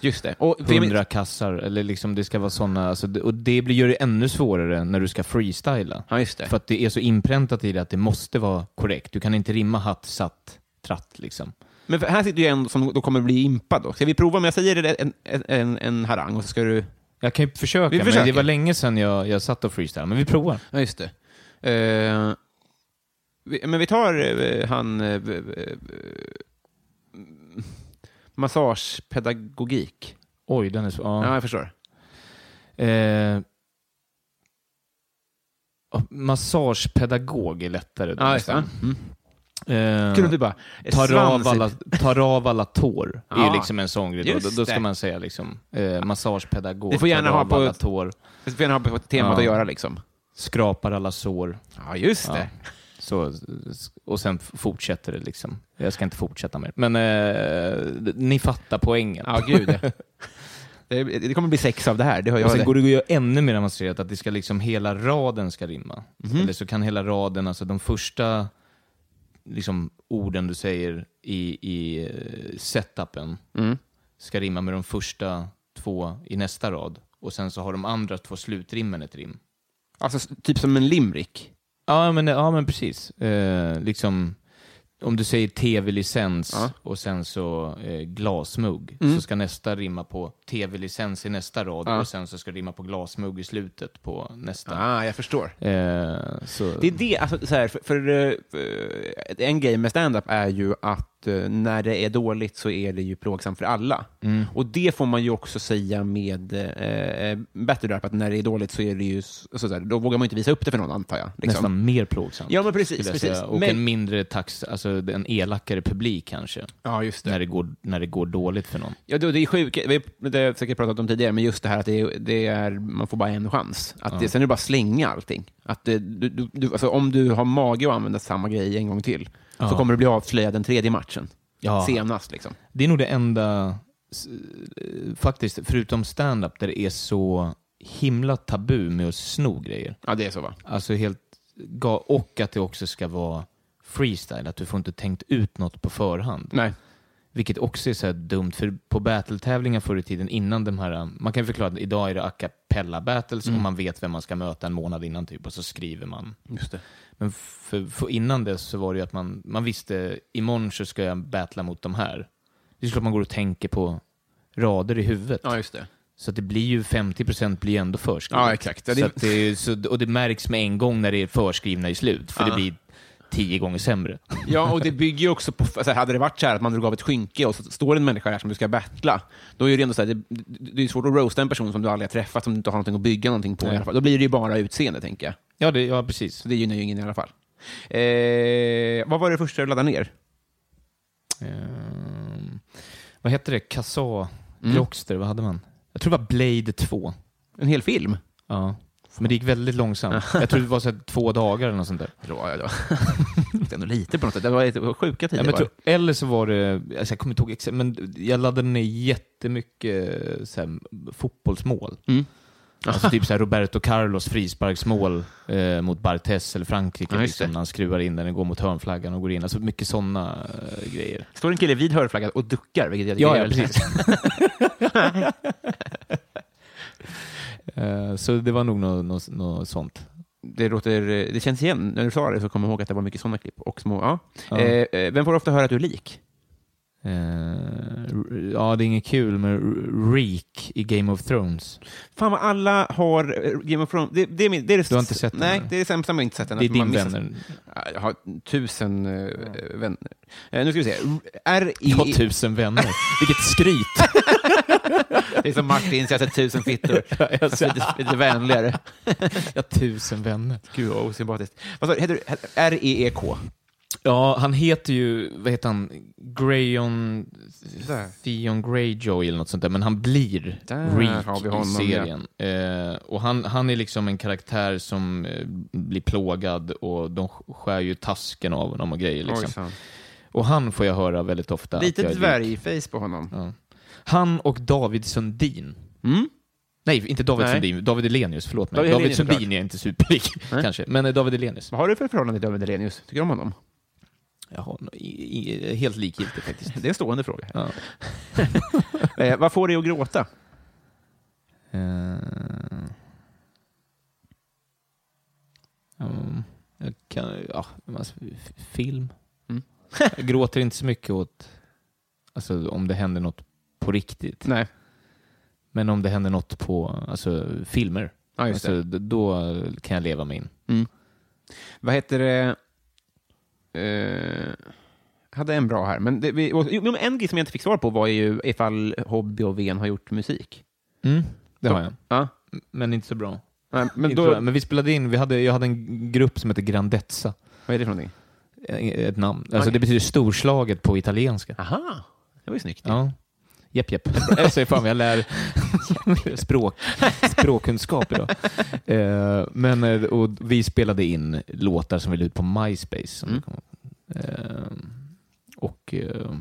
Just det. Och, för jag men- hundra kassar, eller liksom det ska vara sådana, alltså, det- och det blir, gör det ännu svårare när du ska freestyla. ja, just det. För att det är så inpräntat i det att det måste vara korrekt. Du kan inte rimma hatt, satt, tratt liksom. Men för- här sitter ju en som då kommer bli impad. Då. Ska vi prova om jag säger en, en, en, en harang och så ska du... Jag kan ju försöka, Vi men försöker. det var länge sedan jag, jag satt och freestyle. Men vi provar. Ja, just det. Eh, vi, men vi tar eh, han... eh, v- v- eh, massagepedagogik. Oj, den är så... Ja. Ja. jag förstår. Eh, ja, massagepedagog är lättare. då Ja, just det. nästan. Mm. Eh, Kul om du bara... eh, tar, av svans- alla, tar av alla tår är Ja. liksom en sån grej. Då, Just då ska det. man säga liksom, eh, massagepedagog, Det får gärna tar ha av på- alla tår, Det får gärna ha på temat Ja. att göra liksom. skrapar alla sår. Ja, just det. Så, och sen f- fortsätter det liksom. Jag ska inte fortsätta mer. Men eh, ni fattar poängen. Ja, <laughs> gud. ja. det, det kommer bli sex av det här, det hör och jag. sen Det. går det att göra ännu mer avancerat, att det ska liksom hela raden ska rimma. Mhm. Mm. Eller så kan hela raden, alltså de första liksom, orden du säger i, i eh, setupen Mm. ska rimma med de första två i nästa rad. Och sen så har de andra två slutrimmen ett rim. Alltså, s- typ som en limrik. Ja, men, ja, men precis. Eh, liksom, om du säger tv-licens Ja. Mm. och sen så eh, glasmugg, så ska nästa rimma på tv-licens i nästa rad Ja. och sen så ska det rimma på glasmugg i slutet på nästa. Ah, jag förstår. Eh, så, Det är det, alltså, så här, för, för, eh, en grej med stand-up är ju att eh, när det är dåligt så är det ju plågsamt för alla. Mm. Och det får man ju också säga med eh, battle rap, att när det är dåligt så är det ju, s- så, så här, då vågar man ju inte visa upp det för någon antar jag. Liksom. nästan mer plågsamt. Ja men precis, skulle jag precis. säga. Och Men- en mindre tax, alltså en elakare publik kanske, ja just det. när det, går, när det går dåligt för någon. Ja, det, det är sjukt, vi det har jag säkert pratat om tidigare, men just det här att det, är- det är, man får bara en chans. Att det, sen är det bara att slänga allting. Att det, du, du, du, alltså, om du har mage att använda samma grej en gång till, så Ja. kommer du bli avslöjad den tredje matchen. Ja. Senast liksom. Det är nog det enda, s- eh, faktiskt, förutom stand-up där det är så himla tabu med att sno grejer. Ja, det är så va? Alltså helt ga- och att det också ska vara freestyle, att du får inte tänkt ut något på förhand. Nej. Vilket också är så här dumt, för på battle-tävlingar förr i tiden innan de här, um, man kan ju förklara att idag är det a cappella battles och man vet vem man ska möta en månad innan typ och så skriver man. Just det. Men för, för innan det så var det ju att man, man visste imorgon så ska jag battla mot de här. Det är klart man går och tänker på rader i huvudet. Ja, just det. Så att det blir ju 50% blir ju ändå förskrivet. Ja, exakt. Ja, det- Så att det är, ju- så, och det märks med en gång när det är förskrivna i slut, för Ah. det blir tio gånger sämre. Ja, och det bygger ju också på... Alltså, hade det varit så här att man drog av ett skynke och så står det en människa där som du ska battla, då är det ändå så här, det, det är svårt att roasta en person som du aldrig har träffat, som du inte har någonting att bygga någonting på i Nej. alla fall. Då blir det ju bara utseende, tänker jag. Ja, det, ja precis. Så det gynnar ju ingen i alla fall. Eh, vad var det första du laddade ner? Ehm, vad hette det? Kassa Mm. Rockster, vad hade man? Jag tror det var Blade 2. En hel film? Ja. Men det gick <laughs> väldigt långsamt. Jag tror det var så här, två dagar eller något sånt där. Ja, ja, ja. <laughs> Det är ändå lite på något sätt. Det var lite sjuka Ja, tider. men jag bara. tror, eller så var det, alltså jag kommer inte ihåg exakt, men jag laddade ner jättemycket eh, så här, fotbollsmål. Mm. Alltså typ så här Roberto Carlos frisparksmål eh, mot Bartes eller Frankrike, Ja, just det. liksom, när han skruvar in den och går mot hörnflaggan och går in. Alltså mycket sådana eh, grejer. Står en kille vid hörflaggan och duckar, vilket jag tycker Ja, är ja väldigt- precis. <laughs> Eh, så det var nog något nå, nå sånt. Det, låter, eh, det känns igen. När du sa det så kom jag ihåg att det var mycket sådana klipp. Och små, ja. Ja. Eh, eh, vem får ofta höra att du är lik? Eh, r- ja, det är inget kul med r- Reek i Game of Thrones. Fan vad alla har eh, Game of Thrones. Det, det, är min, det är det Du har inte sett den, Nej, eller? det är det sämsta man inte sett den. Det är att man din missar- vänner. Ja, Jag har tusen eh, vänner. Eh, nu ska vi se. R I... Jag har tusen vänner. Vilket skryt! <laughs> Det är som Martin, så jag har sett tusen <laughs> fittor. Fast <laughs> lite, lite vänligare. Jag har tusen vänner. Gud vad osympatiskt. Vad sa du? Heter du? he- E R-E-E-K? Ja, han heter ju, vad heter han, Grayon, Theon Greyjoy eller något sånt där, men han blir Där har vi Reek i honom, serien. Eh, och han, han är liksom en karaktär som eh, blir plågad och de sk- skär ju tasken av honom och grejer liksom. Liksom. Och han får jag höra väldigt ofta. att jag Lite är lik. dvärgface på honom. Ja. Han och David Sundin. Mm? Nej, inte David Nej. Sundin, David Elenius, förlåt mig. David David, Hellenius, Sundin såklart. är inte superlik, <laughs> kanske, men eh, David Elenius. Vad har du för förhållande till David Hellenius? Tycker du om honom? Jaha, i, i, helt likgiltigt faktiskt. Det är en stående fråga. Ja. Eh, vad får dig att gråta? Mm. Eh, um, jag kan, ja, alltså, f- film. Mm. <laughs> jag gråter inte så mycket åt, alltså om det händer något på riktigt. Nej. Men om det händer något på, alltså filmer, Ja, just Mm. alltså, d- då kan jag leva mig in. Vad heter det? Eh, hade en bra här. Men det, vi, och, jo, men en grej som jag inte fick svar på var ju ifall Hobby och Ven har gjort musik. Mm. det har jag. Ja. Men inte så bra. Nej, men Inte då, bra. men vi spelade in, vi hade, jag hade en grupp som heter Grandezza. vad är det för någonting? Ett namn. Alltså Okej. det betyder storslaget på italienska. Aha, det var ju snyggt. Ja. Jepp, jepp. Jag säger fan vad jag lär språk, språkkunskap idag. Eh, men, eh, och vi spelade in låtar som vi la ut på MySpace. Som Mm. du kommer ihåg. Eh, och eh,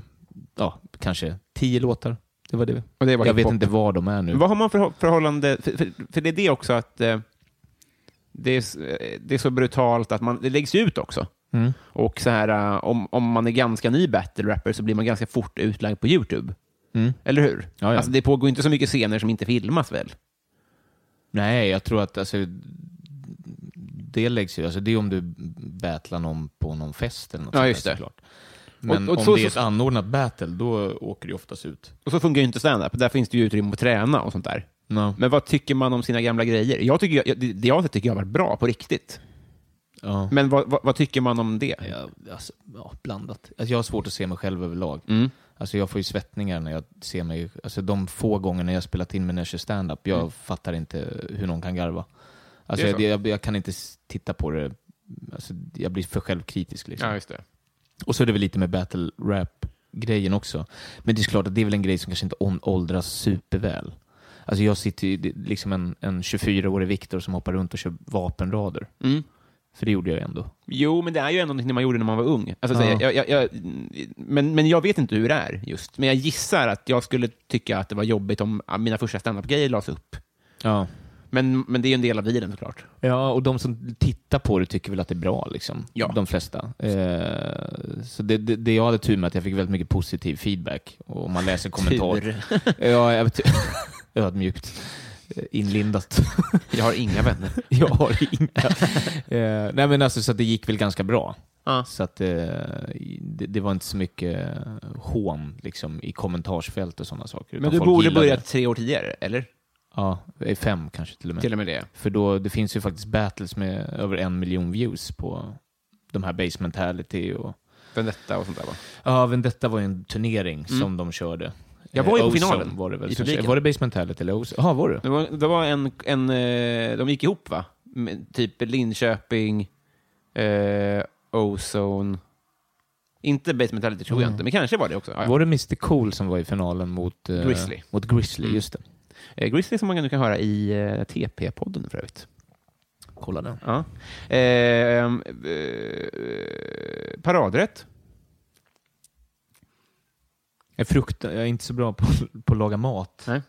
ja, kanske tio låtar. Det var det. Och det var Jag vet hiphop. inte var de är nu. Vad har man för förhållande... För, för, för det är det också att eh, det, är, s- eh, det är så brutalt att man, det läggs ut också. Mm. Och så här, eh, om, om man är ganska ny battle-rapper så blir man ganska fort utlagd på YouTube. Mm. Eller hur? Ja, ja. Alltså, det pågår inte så mycket scener som inte filmas väl? Nej, jag tror att alltså, det läggs ju... Alltså, det är om du battlar någon på någon fest eller något Ja, sånt där, just det. såklart. Men Och- och om så- det är ett så- anordnat battle, då åker det oftast ut. Och så funkar ju inte stand-up. Där finns det ju utrymme att träna och sånt där. Men vad tycker man om sina gamla grejer? Jag tycker, jag, det det jag har sett tycker jag har varit bra på riktigt. Ja. Men vad, vad, vad tycker man om det? Jag, alltså, ja, blandat. Alltså, jag har svårt att se mig själv överlag. Mm. Alltså, jag får ju svettningar när jag ser mig. Alltså, de få gångerna jag spelat in med Nesher stand-up, jag fattar inte hur någon kan garva. Alltså, Mm. Det är så. jag, jag, jag kan inte s- titta på det. Alltså, jag blir för självkritisk. Liksom. just det. Och så är det väl lite med battle rap-grejen också. Men det är klart att det är väl en grej som kanske inte on- åldras superväl. Alltså jag sitter ju det är liksom en, en 24-årig Viktor som hoppar runt och kör vapenrader. Mm. För det gjorde jag ju ändå. Jo, men det är ju ändå någonting man gjorde när man var ung. Alltså, Ja. så jag, jag, jag, men, men jag vet inte hur det är just. Men jag gissar att jag skulle tycka att det var jobbigt om mina första standup-grejer lades upp. Ja. Men, men det är ju en del av dealen såklart. Ja, och de som tittar på det tycker väl att det är bra, liksom. Ja. de flesta. Eh, så det, det, det jag hade tur med att jag fick väldigt mycket positiv feedback. Och om man läser kommentarer. Tur. ja, jag, vet- <laughs> ödmjukt. Eh, <laughs> Inlindat. Jag har inga vänner. jag har inga. Eh, nej, men alltså, så att det gick väl ganska bra. Ja. Så att eh, det, det var inte så mycket hån liksom, i kommentarsfält och sådana Men saker. utan du folk borde gillade börja det. tre år tidigare, eller? Ja, i fem kanske till och med. Till och med det. För då, det finns ju faktiskt battles med över en miljon views på de här Base Mentality och... Vendetta och sånt där va? Ja, men detta var ju en turnering som de körde. Mm. Eh, Jag var ju på Ozone finalen, Var det, väl i som- publiken. var det Base Mentality eller Ozone? Ja, var det? Det var, det var en, en... eh, De gick ihop va? Med Typ Linköping, eh, Ozone. Inte Base Mentality tror jag Mm. inte, men kanske var det också. Ja, ja. Var det Mr Cool som var i finalen mot... eh, Grizzly. Mm. Mot Grizzly, just det. Eh, Grizzly som man nu kan höra i eh, TP-podden för övrigt. Kolla den. Ja. Ehm, eh, paradrätt. <laughs> Jag, fruktar, jag är inte så bra på, på att laga mat. Nej.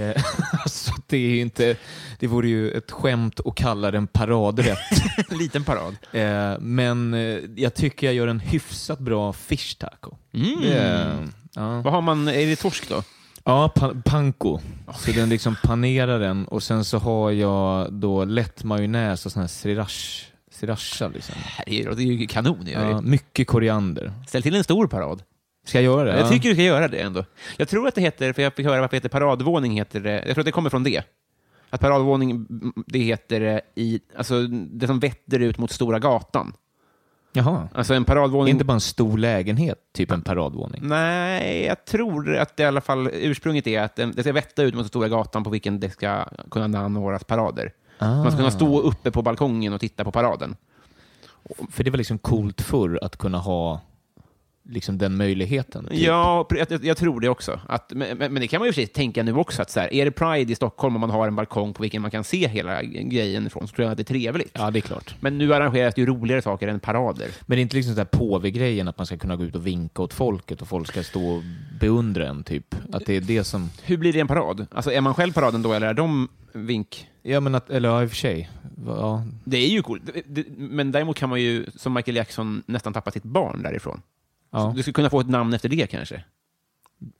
Eh, <laughs> alltså, det är ju inte... Det vore ju ett skämt att kalla <laughs> den paradrätt. Liten parad. Eh, men eh, jag tycker jag gör en hyfsat bra fish taco. Mm. Det är- ja. Vad har man? Är det torsk då? Ja, pa- panko. Så den liksom panerar den och sen så har jag då lätt majonnäs och sån här sriracha. sriracha liksom. Det är ju kanon. ja, mycket koriander. Ställ till en stor parad. Ska jag göra det? Jag tycker du ska göra det ändå. Jag tror att det heter, för jag fick höra varför det heter paradvåning, heter det, jag tror att det kommer från det. Att paradvåning, mm, det heter eh, i, alltså det som vetter ut mot Stora gatan. Jaha. Alltså en Är paradvåning... inte bara en stor lägenhet, typ en paradvåning? Nej, jag tror att det i alla fall ursprunget är att den- det ska vetta ut mot Stora gatan på vilken det ska kunna anordnas parader. Ah. Man ska kunna stå uppe på balkongen och titta på paraden. För det var liksom coolt förr att kunna ha liksom den möjligheten. typ. Ja, pr- jag, jag tror det också. Att, men, men men det kan man ju i och för sig tänka nu också. Att så här, är det Pride i Stockholm och man har en balkong på vilken man kan se hela grejen ifrån så tror jag att det är trevligt. ja, det är klart. Men nu arrangeras det ju roligare saker än parader. Men det är inte liksom den där påvegrejen att man ska kunna gå ut och vinka åt folket och folk ska stå och beundra en, typ. Att det är det som... Hur blir det en parad? Alltså, är man själv paraden då eller är de vink? Ja, men att, eller ja, i och för sig. Ja, Det är ju coolt. Det- det- Men däremot kan man ju, som Michael Jackson, nästan tappa sitt barn därifrån. ja. Du skulle kunna få ett namn efter det kanske.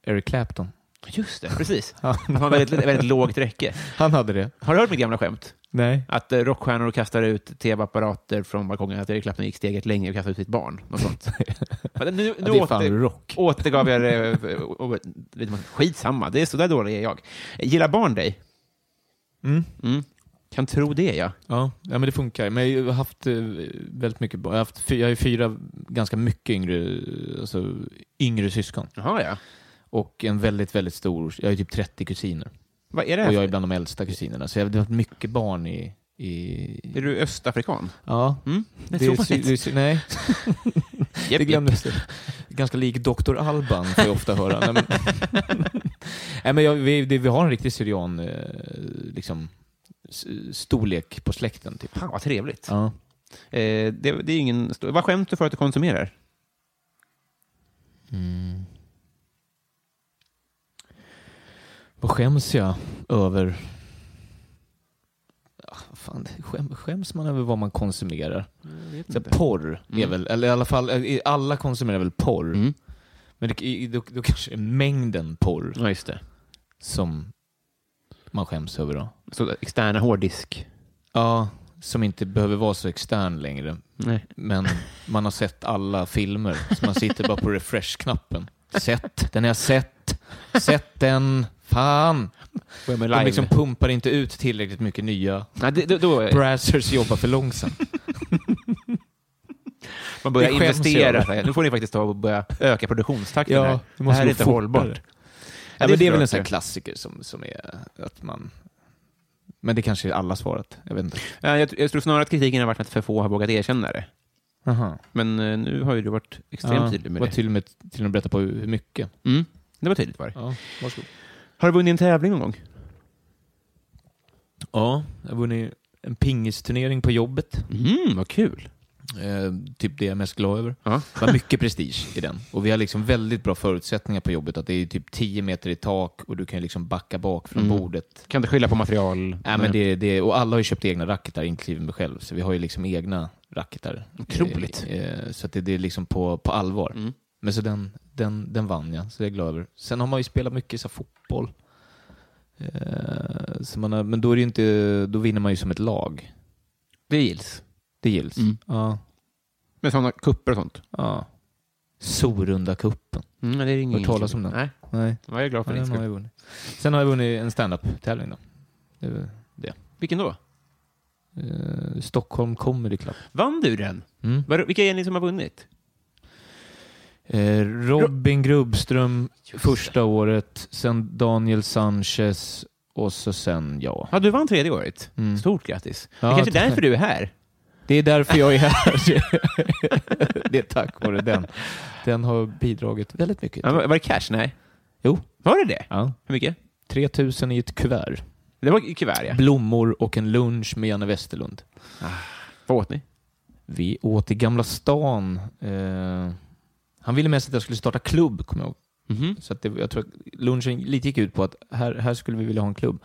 Eric Clapton. Just det, <laughs> precis. Ja. Han har väldigt, väldigt lågt räcke. Han hade det. Har du hört mitt gamla skämt? Nej. Att eh, rockstjärnor kastar ut tv-apparater från balkongen, att Eric Clapton gick steget längre och kastade ut sitt barn. Något <laughs> sånt. Men nu Ja, nu det är åter, fan rock. återgav jag det. eh, och- och- lite mer- Skitsamma, det är så där dålig är jag. Gillar barn dig? Mm. Mm. Kan tro det, ja. Ja, ja, men det funkar. Men jag har haft eh, väldigt mycket barn. Jag har, haft fy, jag har ju fyra ganska mycket yngre, alltså, yngre syskon. Jaha, ja. Och en väldigt, väldigt stor, jag har ju typ 30 kusiner. Vad är det? Och här jag är för- bland de äldsta kusinerna. Så jag har haft mycket barn i... i Är du östafrikan? ja. Mm. Det, är tror man sy- inte. det är sy- nej, Japp, det japp. glömdes det. Ganska lik Dr. Alban får jag ofta höra. Nej, men, <laughs> nej, men jag, vi, det, vi har en riktig syrian eh, liksom, s- storlek på släkten. Typ. Fan, vad trevligt. Ja. Eh, det, det är ingen stor... Vad skämt du för att du konsumerar? Mm. Vad skäms jag över? Ja, vad fan, skäm, skäms man över vad man konsumerar? Så här, porr är Mm. väl, eller i alla fall, eh, alla konsumerar väl porr. Mm. Men det, i- då, då kanske det är mängden porr Ja, just det. som man skäms över då. Så, externa hårddisk. Ja, som inte behöver vara så extern längre. Nej. Men man har sett alla filmer, så man sitter bara på refresh-knappen. Sett, den har jag sett, sett den, fan. Börja med De live. liksom pumpar inte ut tillräckligt mycket nya. Nej, det, då, då, Brassers jobbar för långsamt. Man börjar Det skäms jag investera. över. så här. Nu får ni faktiskt ta och börja öka produktionstakten Ja, här. det Det, måste här är gå inte fortare. hållbart. Ja, men det är väl en klart sån här klassiker som, som är att man... Men det kanske är alla svaret. Jag vet inte. det. Ja, jag, jag tror snarare att kritiken har varit att för få har vågat erkänna det. Aha. Men eh, nu har ju du varit extremt tydlig med var det. Till och med, till och med berätta på hur hur mycket. mm. Det var tydligt var det. Ja, varsågod. Har du vunnit en tävling någon gång? Ja, jag har vunnit en pingisturnering på jobbet. Mm, vad kul. Eh, typ det jag är mest glad över. Ja. Det var mycket prestige i den. Och vi har liksom väldigt bra förutsättningar på jobbet. Att det är typ 10 meter i tak och du kan ju liksom backa bak från Mm. bordet. Kan inte skylla på material. Nej, men det, det, och alla har ju köpt egna racketar, inklusive mig själv. Så vi har ju liksom egna racketar. Otroligt. Mm. Eh, eh, så att det, det är liksom på, på allvar. Men så den, den, den vann jag, så det är jag glad över. Sen har man ju spelat mycket så här, fotboll. Eh, så man har, men då, är det ju inte, då vinner man ju som ett lag. det gills. Det gills. Mm. Ja, Med sådana kupper och sånt. ja. Sorunda-cupen. Mm, det är ingen Hört talas om den? Nej, Nej, jag är glad för ja, din den har skull. jag vunnit. Sen har jag vunnit en stand-up-tävling då. Det är väl det. Vilken då? Eh, Stockholm Comedy Club. Vann du den? Mm. Var, vilka är ni som har vunnit? Eh, Robin Grubbström första året, sen Daniel Sanchez och så sen jag. Ja, du vann tredje året. Mm. Stort grattis. Ja, det kanske är tack. därför du är här. Det är därför jag är här. <laughs> det är tack vare den. Den har bidragit väldigt mycket. Ja, var var det cash? Nej. Jo. Var det det? Ja. Hur mycket? 3000 i ett kuvert. Det var i kuvert, ja. Blommor och en lunch med Janne Westerlund. Vad åt ni? Vi åt i Gamla stan. Eh, han ville mest att jag skulle starta klubb, kommer jag ihåg. Mhm. Så att det, jag tror att lunchen lite gick ut på att här, här skulle vi vilja ha en klubb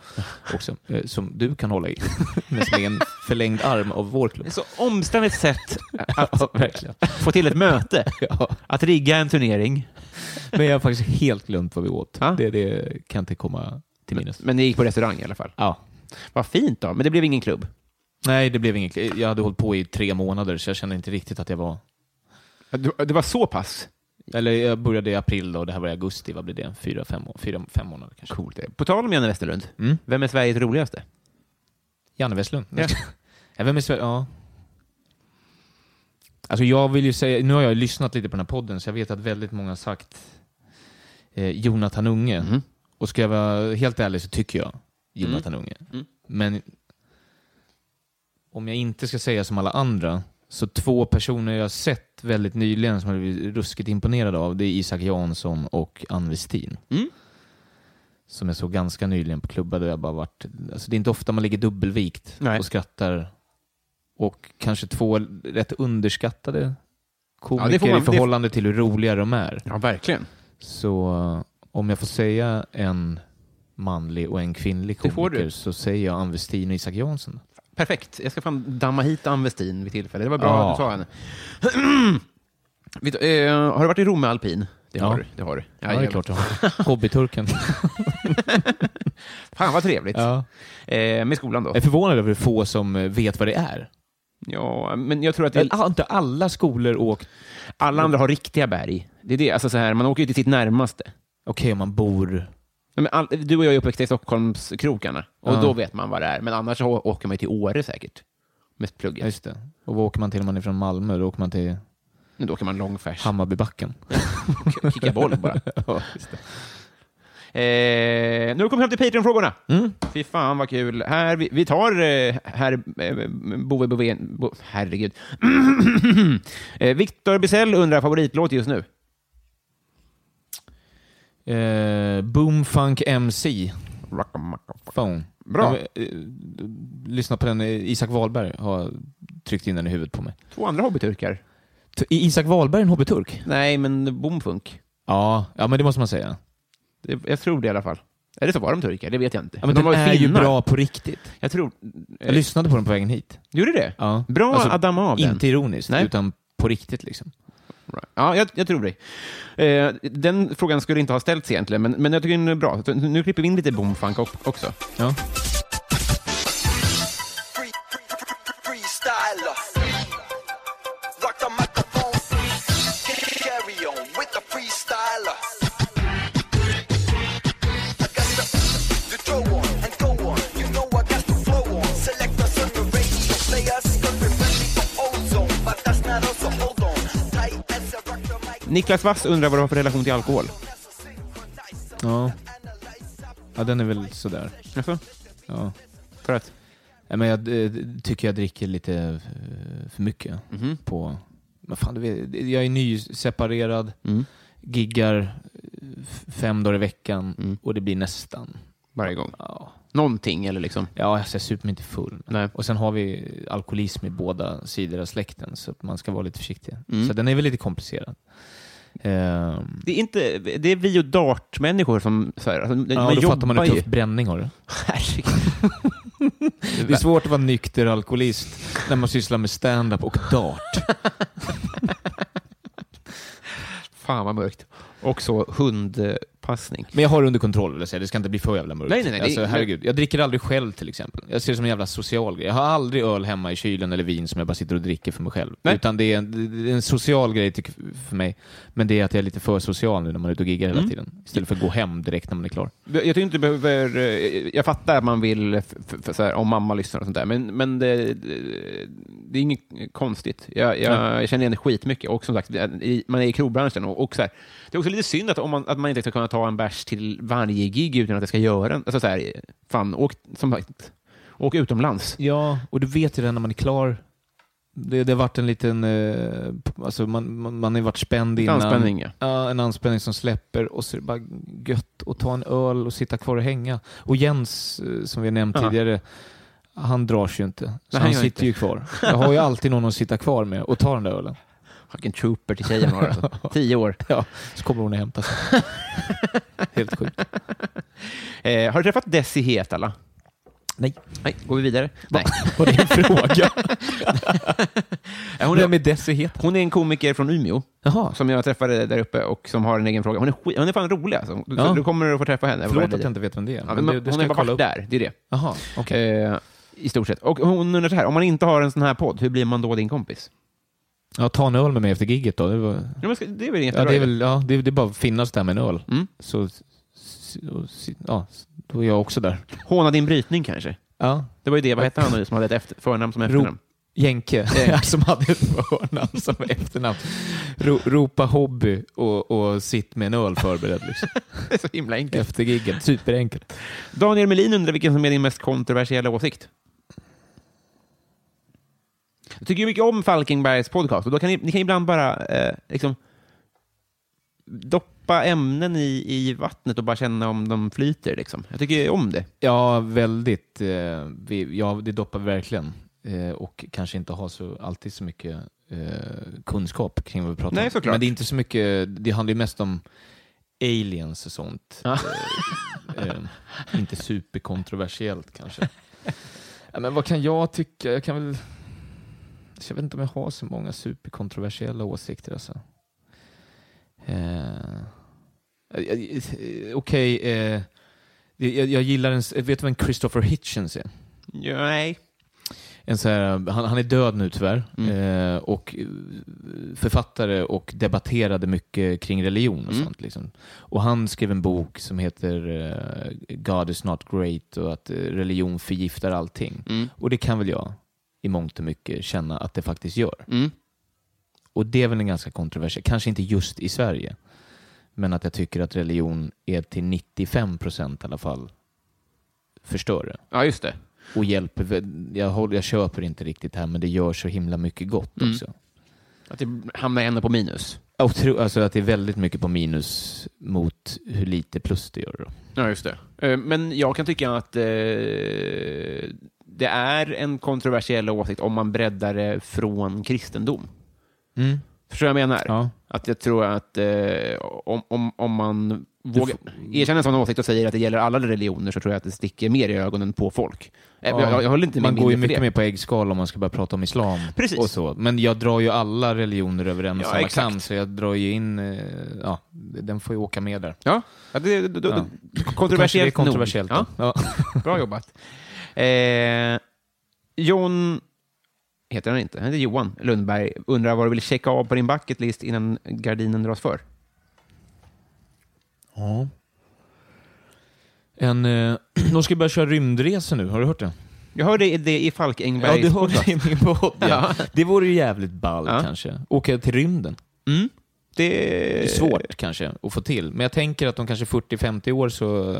också, eh, som du kan hålla i, <laughs> men som är en förlängd arm av vår klubb. Så omständigt sätt <laughs> Ja, verkligen. få till ett möte. Ja. Att rigga en turnering. Men jag har faktiskt helt glömt vad vi åt. Ja. Det, det kan inte komma till minnes. Men ni gick på restaurang i alla fall. Ja. Vad fint då. Men det blev ingen klubb. Nej, det blev inget. Jag hade hållit på i tre månader, så jag kände inte riktigt att jag var... Det var så pass? Eller jag började i april då, och det här var i augusti. Vad blir det? Fyra, fem, må- fyra, fem månader kanske. Coolt. det. På tal om Janne Westerlund. Mm. Vem är Sveriges roligaste? Janne Westlund. Ja. <laughs> Ja, vem är Sverige? Ja. Alltså jag vill ju säga, nu har jag ju lyssnat lite på den här podden, så jag vet att väldigt många har sagt eh, Jonathan Unge. Mhm. Och ska jag vara helt ärlig så tycker jag Jonathan Unge. Mm. Men om jag inte ska säga som alla andra, så två personer jag har sett väldigt nyligen som jag blivit ruskigt imponerad av, det är Isak Jansson och Ann Westin. Mm. Som jag såg ganska nyligen på klubbar där jag bara varit, alltså det är inte ofta man ligger dubbelvikt Nej. och skrattar. Och kanske två rätt underskattade Ja, det komiker får man- i det- förhållande till hur roliga de är. Ja, verkligen. Så eh, om jag får säga en manlig och en kvinnlig Det får komiker du. så säger jag Ann Westin och Isak Jansson. Perfekt. Jag ska fan damma hit Ann Westin vid tillfälle. Det var bra Ja. att du sa henne. <clears throat> Vet, du, eh, har du varit i Rom med alpin? Det Ja. har du. Det har du. Ja, Ja, det är jävlar. klart jag <laughs> har. Hobbyturken. Fan vad trevligt. ja. Eh, med skolan då? Jag är förvånad över hur få som eh, vet vad det är. Ja, men jag tror att det, Eller, ah, inte alla skolor åkt... alla andra har riktiga berg. Det är det. Alltså så här, man åker ju till sitt närmaste. Okej, om man bor... Nej, Men all, du och jag är uppväxta i Stockholmskrokarna och Ja. då vet man vad det är. Men annars så åker man ju till Åre säkert. Med Ja, plugget. just det. Och vad åker man till om man är från Malmö? Då åker man till Men Då åker man långfärs. Hammarbybacken. Kicka boll bara. <laughs> ja, just det. Eh, nu kommer vi fram till Patreon-frågorna. Mm. Fy fan vad kul. Här, vi, vi tar eh, herr eh, Bove Bovén... Bo, herregud. <clears throat> eh, Victor Bissell undrar favoritlåt just nu. Eh, Boomfunk MC. Rockamacka. Phone. Bra. Jag, eh, lyssna på den. eh, Isak Wahlberg har tryckt in den i huvudet på mig. Två andra hobbyturkar. T- Är Isak Wahlberg en hobbyturk? Nej, men bomfunk. Ja, ja, men det måste man säga. Det- Jag tror det i alla fall. Är det så var de turkar? Det vet jag inte. Ja, men de den var är ju finnar. bra på riktigt. Jag tror... Jag lyssnade på den på vägen hit. Gjorde det? Ja. Bra Alltså, att damma av den. Inte ironiskt, Nej. utan på riktigt liksom. Right. Ja, jag, jag tror dig. Eh, den frågan skulle inte ha ställts egentligen, men, men jag tycker den är bra. Så Nu klipper vi in lite boomfunk op- också. Ja. free, free, free, freestyler. Rock the microphone. Carry on with the freestyler. I got the, the throw on and go on. You know I got the flow on. Select us on the radio. Play us, cause we're ready for ozone. But that's not us, so hold on. Tight as a rock the mic. Niklas Wass undrar vad du har för relation till alkohol. Ja. ja, den är väl sådär. Jaså? Ja. För att? Ja, men jag eh, tycker jag dricker lite eh, för mycket. Mhm. På, men fan, du vet, jag är nyseparerad, Mm. giggar eh, f- fem dagar i veckan och det blir nästan Varje gång. Ja, Någonting eller liksom. Ja, alltså jag super mig inte full. Nej. Och sen har vi alkoholism i båda sidor av släkten, så att man ska vara lite försiktig. Så den är väl lite komplicerad. Ehm, Det är, inte, det är vi och dartmänniskor som... Så här, alltså, ja, man då fattar man typ. jobbar hur ju. tuff bränning har du. <laughs> Herregud. Det är svårt att vara nykter alkoholist när man sysslar med stand-up och dart. Fan vad mörkt. Och så hundpassning. Men jag har det under kontroll, vill jag säga. det ska inte bli för jävla mörkt. Nej, nej, nej, det- alltså, herregud. Jag dricker aldrig själv till exempel. Jag ser det som en jävla social grej. Jag har aldrig öl hemma i kylen eller vin som jag bara sitter och dricker för mig själv. Nej. Utan det är, en, det är en social grej tycker- för mig. Men det är att jag är lite för social nu när man är ute och giggar hela tiden. Istället för att gå hem direkt när man är klar. Jag tycker inte du behöver... eh, Jag fattar att man vill, f- f- så här, om mamma lyssnar och sånt där, men, men det, det- det är inget konstigt. Jag, jag, jag känner igen det skitmycket. Och som sagt, det är- i- man är i krogbranschen. Och, och så här, det är också lite synd att, om man, att man inte ska kunna ta en bärs till varje gig utan att det ska göra en... Alltså så här, fan, åk, som sagt, åk utomlands. Ja, och du vet ju det när man är klar. Det, det har varit en liten... Eh, p- alltså man, man, man har ju varit spänd innan. Anspänning, ja. Ja, en anspänning som släpper och så är det bara gött att ta en öl och sitta kvar och hänga. Och Jens, eh, som vi har nämnt Ja. tidigare, han drar sig ju inte. Så Nej, han han gör sitter inte. ju kvar. Jag har ju alltid någon att sitta kvar med och ta den där ölen. Vilken trooper till tjejen har alltså. <laughs> Tio år. Ja, så kommer hon och hämtar sig. <laughs> Helt sjukt. Eh, har du träffat Desi Hetala? Nej. Nej, går vi vidare? Nej. Vad är din fråga? Eh, Hon är, Vem är Desi het? hon är en komiker från Umeå. Jaha, som jag träffade där uppe och som har en egen fråga. Hon är, skit, hon är fan rolig alltså. Du, Ja. du kommer att få träffa henne. förlåt att jag inte vet vem det är. ja, men men det, det Hon ska har jag bara kolla varit upp. där, det är det. Jaha, okej. Eh, I stort sett. Och hon undrar så här, om man inte har en sån här podd, hur blir man då din kompis? Ja, ta en öl med mig efter gigget då. Det var... Ja, men ska- det är väl en jättebra Ja, det är idé. väl, ja, det, det är bara att finnas där med en öl. Mm. Så, s- och si- ja, s- då är jag också där. Håna din brytning kanske? Ja. Det var ju det, vad hette han nu som hade ett efter, förnamn som efternamn? <laughs> Jänke, som hade ett förnamn som efternamn. Ro, ropa hobby och, och sitt med en öl förberedd <laughs> liksom. <laughs> Det är så himla enkelt. efter gigget. Superenkelt. Daniel Melin undrar vilken som är din mest kontroversiella åsikt? Jag tycker ju mycket om Falkenbergs podcast och då kan ni, ni kan ibland bara eh, liksom doppa ämnen i, i vattnet och bara känna om de flyter. Liksom. Jag tycker ju om det. Ja, väldigt. Eh, vi, ja, det doppar vi verkligen. Eh, och kanske inte har så, alltid så mycket eh, kunskap kring vad vi pratar Nej, om. såklart. Men det är inte så mycket, det handlar ju mest om aliens och sånt. Ja. Eh, eh, inte superkontroversiellt kanske. Ja, men vad kan jag tycka? Jag kan väl... Så Jag vet inte om jag har så många superkontroversiella åsikter. Alltså. Eh, eh, eh, Okej, eh, jag, jag gillar en... Vet du vem Christopher Hitchens är? Ja, nej. en så här, han, han är död nu tyvärr, eh, och eh, författare och debatterade mycket kring religion och sånt. Liksom. Och han skrev en bok som heter eh, God is not great och att eh, religion förgiftar allting. Och det kan väl jag i mångt och mycket känna att det faktiskt gör. Mm. Och det är väl en ganska kontroversiell, kanske inte just i Sverige, men att jag tycker att religion är till 95 procent i alla fall förstörare Ja, just det. och hjälper. väl- Jag, håller, jag köper inte riktigt det här, men det gör så himla mycket gott också. Att det hamnar henne på minus. Och tro, alltså att det är väldigt mycket på minus mot hur lite plus det gör. Då. Ja, just det. Eh, Men jag kan tycka att eh, det är en kontroversiell åsikt om man breddar det från kristendom. Förstår du vad jag menar? Mm. Ja. Att jag tror att eh, om, om, om man vågar erkänner en sån åsikt och säger att det gäller alla religioner så tror jag att det sticker mer i ögonen på folk. Eh, Ja. Jag, jag håller inte med man går mindre ju för mycket det. mer på äggskal om man ska börja prata om islam. Precis. Och så. Men jag drar ju alla religioner över en och Ja, samma exakt. kam, så jag drar ju in... eh, Ja, den får ju åka med där. Ja, ja, det, det, det, Ja. Kanske det är Kontroversiellt nog. kontroversiellt. Ja. då. Ja. Bra jobbat. Eh, John, heter han inte, han heter Johan Lundberg, undrar vad du vill checka av på din bucket list innan gardinen dras för. Ja. En, eh, <clears throat> de ska börja köra rymdresor nu, har du hört det? Jag hörde det i Falkenbergs Ja, du hörde podcast. det i min podd. Ja. Det vore ju jävligt ball Ja. kanske. Åka till rymden. Mm. Det Det är Eh. svårt kanske att få till. Men jag tänker att om kanske 40-50 år så eh,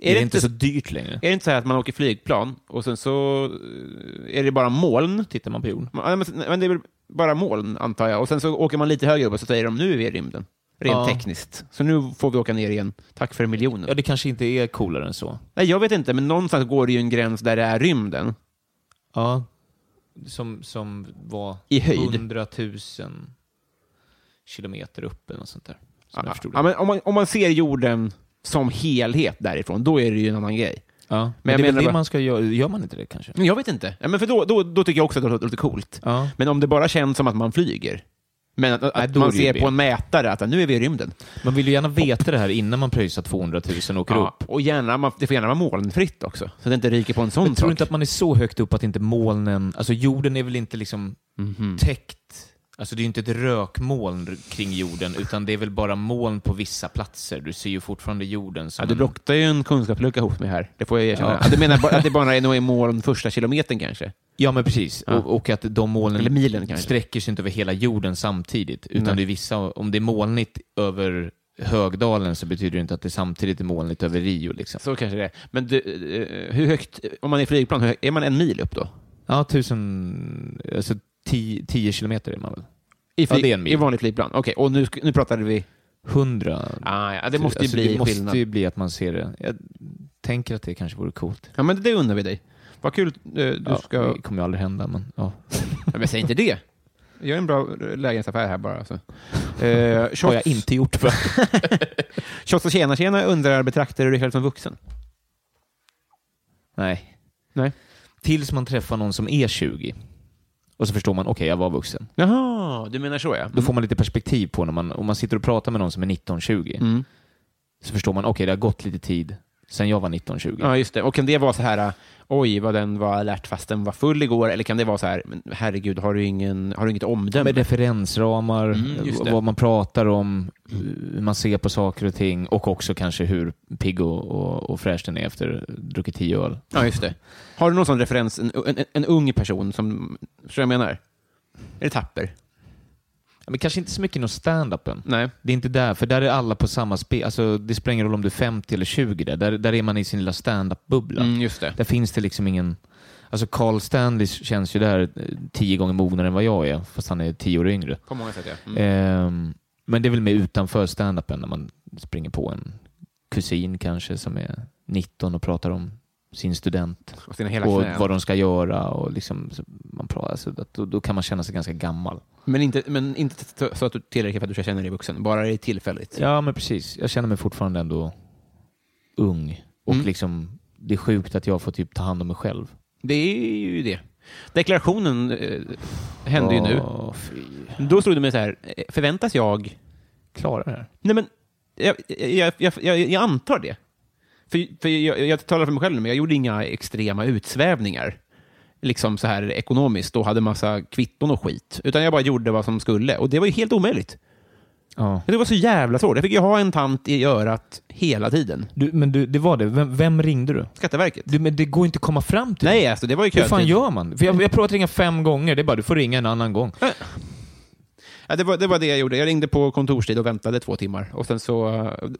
är, det, det inte, inte- så dyrt längre. Är det inte så här att man åker flygplan och sen så eh, är det bara moln? Tittar man på jorden. Ja, Men men det är väl bara moln, antar jag. Och sen så åker man lite högre upp och så säger de nu är vi i rymden. rent Ja. tekniskt. Så nu får vi åka ner igen. Tack för miljonen. Ja, det kanske inte är coolare än så. Nej, jag vet inte, men någonstans går det ju en gräns där det är rymden. Ja. Som, som var I höjd. 100 000 kilometer upp eller något sånt där. Som jag Ja, förstod det. ja, men om, man, om man ser jorden som helhet därifrån, då är det ju en annan grej. Ja, men, jag det är väl menar det bara- man ska göra. Gör man inte det kanske? Men Jag vet inte. Ja, men för då, då, då tycker jag också att det låter låter coolt. Ja. Men om det bara känns som att man flyger, men att, Nej, att då är man det ju ser B. på en mätare att nu är vi i rymden. Man vill ju gärna veta det här innan man pröjsar 200 000 och åker upp. Och gärna, man, det får gärna vara molnfritt också, så det inte ryker på en sån Men tror sak. du inte att man är så högt upp att inte molnen, alltså jorden är väl inte liksom täckt? Alltså det är ju inte ett rökmoln kring jorden, utan det är väl bara moln på vissa platser. Du ser ju fortfarande jorden som Ja, du en- blottar ju en kunskapslucka hos mig här, det får jag erkänna. Ja. Ja. Du menar bara- att det bara är nog i moln första kilometern kanske? Ja, men precis. Ja. Och, och att de molnen Eller milen kanske. sträcker sig inte över hela jorden samtidigt, utan Nej. det är vissa, om det är molnigt över Högdalen så betyder det inte att det samtidigt är molnigt över Rio. Liksom. Så kanske det är. Men du, eh, hur högt, om man är i flygplan, hur högt, är man en mil upp då? Ja, tusen, alltså tio, tio kilometer är man väl? I, Ja, det är en mil. I vanligt flygplan? Okej, och nu, sk- nu pratade vi... Hundra. Ah, ja, det måste ju Alltså, bli det måste skillnad. ju bli att man ser det. Jag tänker att det kanske vore coolt. Ja, men det undrar vi dig. Vad kul eh, du ja, ska... Det kommer ju aldrig hända, men ja. Ja, men säg inte det. Gör en bra lägenhetsaffär här bara. alltså. Så. Eh, har jag Shots inte <laughs> gjort. För. Shots och tjena tjena undrar, betraktar du dig själv som vuxen? Nej. Nej. Tills man träffar någon som är 20. Och så förstår man, okej, jag var vuxen. Jaha, du menar så ja. Då får man lite perspektiv på när man, om man sitter och pratar med någon som är 19-20. Mm. Så förstår man, okej, det har gått lite tid sen jag var 19-20. Ja, just det. Och kan det vara så här, eh, oj vad den var alert fast den var full igår, eller kan det vara så här, men herregud, har du, ingen, har du inget omdöme? Med referensramar, Mm, just det. Mm. vad man pratar om, hur man ser på saker och ting och också kanske hur pigg och, och, och fräsch den är efter druckit tio öl. Ja, just det. Har du någon sån referens, en, en, en ung person som, förstår jag vad jag menar? Är det tapper? Ja, Men kanske inte så mycket inom stand-upen. Nej. Det är inte där, för där är alla på samma spel. Alltså, det spelar ingen roll om du är 50 eller 20 där. Där, där är man i sin lilla stand-up-bubbla. Mm, just det. Där finns det liksom ingen... Alltså Carl Stanley känns ju där eh, tio gånger mognare än vad jag är, fast han är tio år yngre. På många sätt, ja. Mm. Ehm, men det är väl mer utanför stand-upen när man springer på en kusin kanske som är 19 och pratar om sin student och sina hela och knän. vad de ska göra och liksom så man pratar, alltså, att då, då kan man känna sig ganska gammal. Men inte, men inte t- så att du tillräckligt för att du ska känna dig vuxen, bara det är tillfälligt. Ja, men precis. Jag känner mig fortfarande ändå ung och Mm. liksom det är sjukt att jag får typ ta hand om mig själv. Det är ju det. Deklarationen eh, hände ju nu. Åh, fy. Då stod det mig så här, eh, förväntas jag... Klara det här. Nej men, jag, jag, jag, jag, jag antar det. För, för jag, jag talar för mig själv nu, men jag gjorde inga extrema utsvävningar. Liksom så här ekonomiskt och hade massa kvitton och skit. Utan jag bara gjorde vad som skulle. Och det var ju helt omöjligt. Ja. Det var så jävla svårt. Jag fick ju ha en tant i örat hela tiden. Du, men du, det var det. Vem, vem ringde du? Skatteverket. du? Men det går inte att komma fram till. Nej, alltså det var ju Hur kötid. fan gör man? För jag, jag provat ringa fem gånger, det är bara du får ringa en annan gång. Ja, det, var, det var det jag gjorde. Jag ringde på kontorstid och väntade två timmar. Och sen så,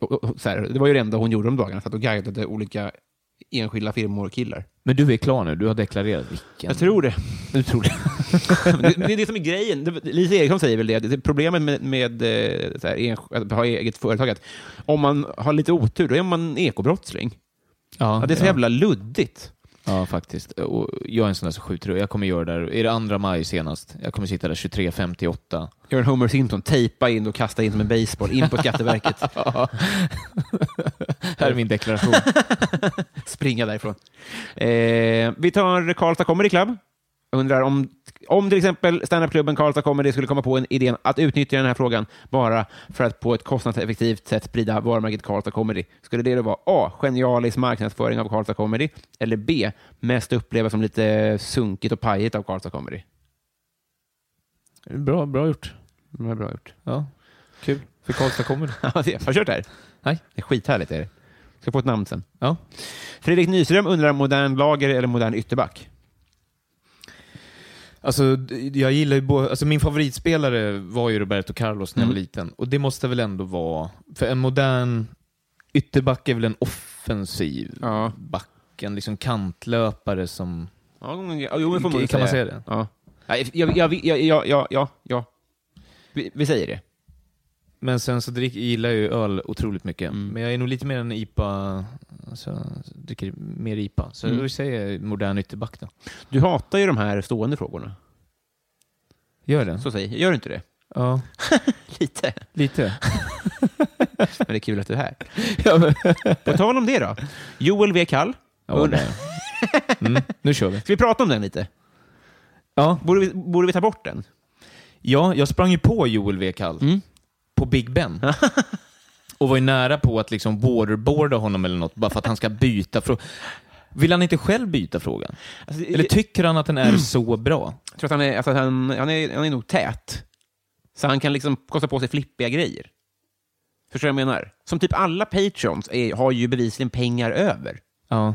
och, och, och, så här, det var ju det enda hon gjorde om dagarna, satt och guidade olika enskilda firmor och killar. Men du är klar nu, du har deklarerat. Vilken... Jag tror det. Du tror det. Men det, men det är det som är grejen. Det- Lisa Eriksson säger väl det, det är problemet med, med eh, så här, ensk- att ha eget företag, att om man har lite otur, då är man ekobrottsling. Ja, Ja, det är så ja. jävla luddigt. Ja, faktiskt. Och jag är en sån där som skjuter upp. Jag kommer göra det där. Är det andra maj senast? Jag kommer sitta där 23.58. Gör en Homer Simpson, tejpa in och kasta in som en baseball in <laughs> på Skatteverket, Här är min deklaration. springa därifrån. Eh, vi tar Karlstad Comedy Club. Undrar om, om till exempel standupklubben Karlstad Comedy skulle komma på en idén att utnyttja den här frågan bara för att på ett kostnadseffektivt sätt sprida varumärket Karlstad Comedy. Skulle det då vara A. Genialisk marknadsföring av Karlstad Comedy eller B. Mest upplevas som lite sunkigt och pajigt av Karlstad Comedy? bra, bra gjort. Det var bra gjort. Ja. Kul. För Karlstad kommer <laughs> Ja, det- Har du kört det här? Nej. Det är skithärligt. Är det. Ska få ett namn sen. Ja. Fredrik Nyström undrar modern lager eller modern ytterback? Alltså, d- jag gillar ju både, alltså min favoritspelare var ju Roberto Carlos när jag var Mm. liten. Och det måste väl ändå vara, för en modern ytterback är väl en offensiv Ja. back, en liksom kantlöpare som... ja jo, men får kan man man säga det? Ja. Nej, jag, jag, jag, jag, jag, ja, ja. Vi, vi säger det. Men sen så drick, gillar jag ju öl otroligt mycket. Mm. Men jag är nog lite mer en IPA, alltså, dricker mer IPA. Så Mm. då säger jag modern ytterback då. Du hatar ju de här stående frågorna. Gör det? Så säg, gör du inte det? Ja, Lite. <laughs> lite. Men det är kul att du är här. <laughs> ja, men, På tal om det då. Joel W. Kall. ja, det. Mm, nu kör vi. Ska vi prata om den lite? Ja, Borde vi, borde vi ta bort den? Ja, jag sprang ju på Joel W. Kall Mm. på Big <laughs> Ben. och var ju nära på att liksom waterboarda honom eller något, bara för att han ska byta fråga. Vill han inte själv byta frågan? Alltså, Eller tycker han att den Mm. är så bra? Jag tror att han är, alltså, att han, han är, han är nog tät. Så han kan liksom kosta på sig flippiga grejer. Förstår du vad jag menar? Som typ alla patrons är, har ju bevisligen pengar över. Ja.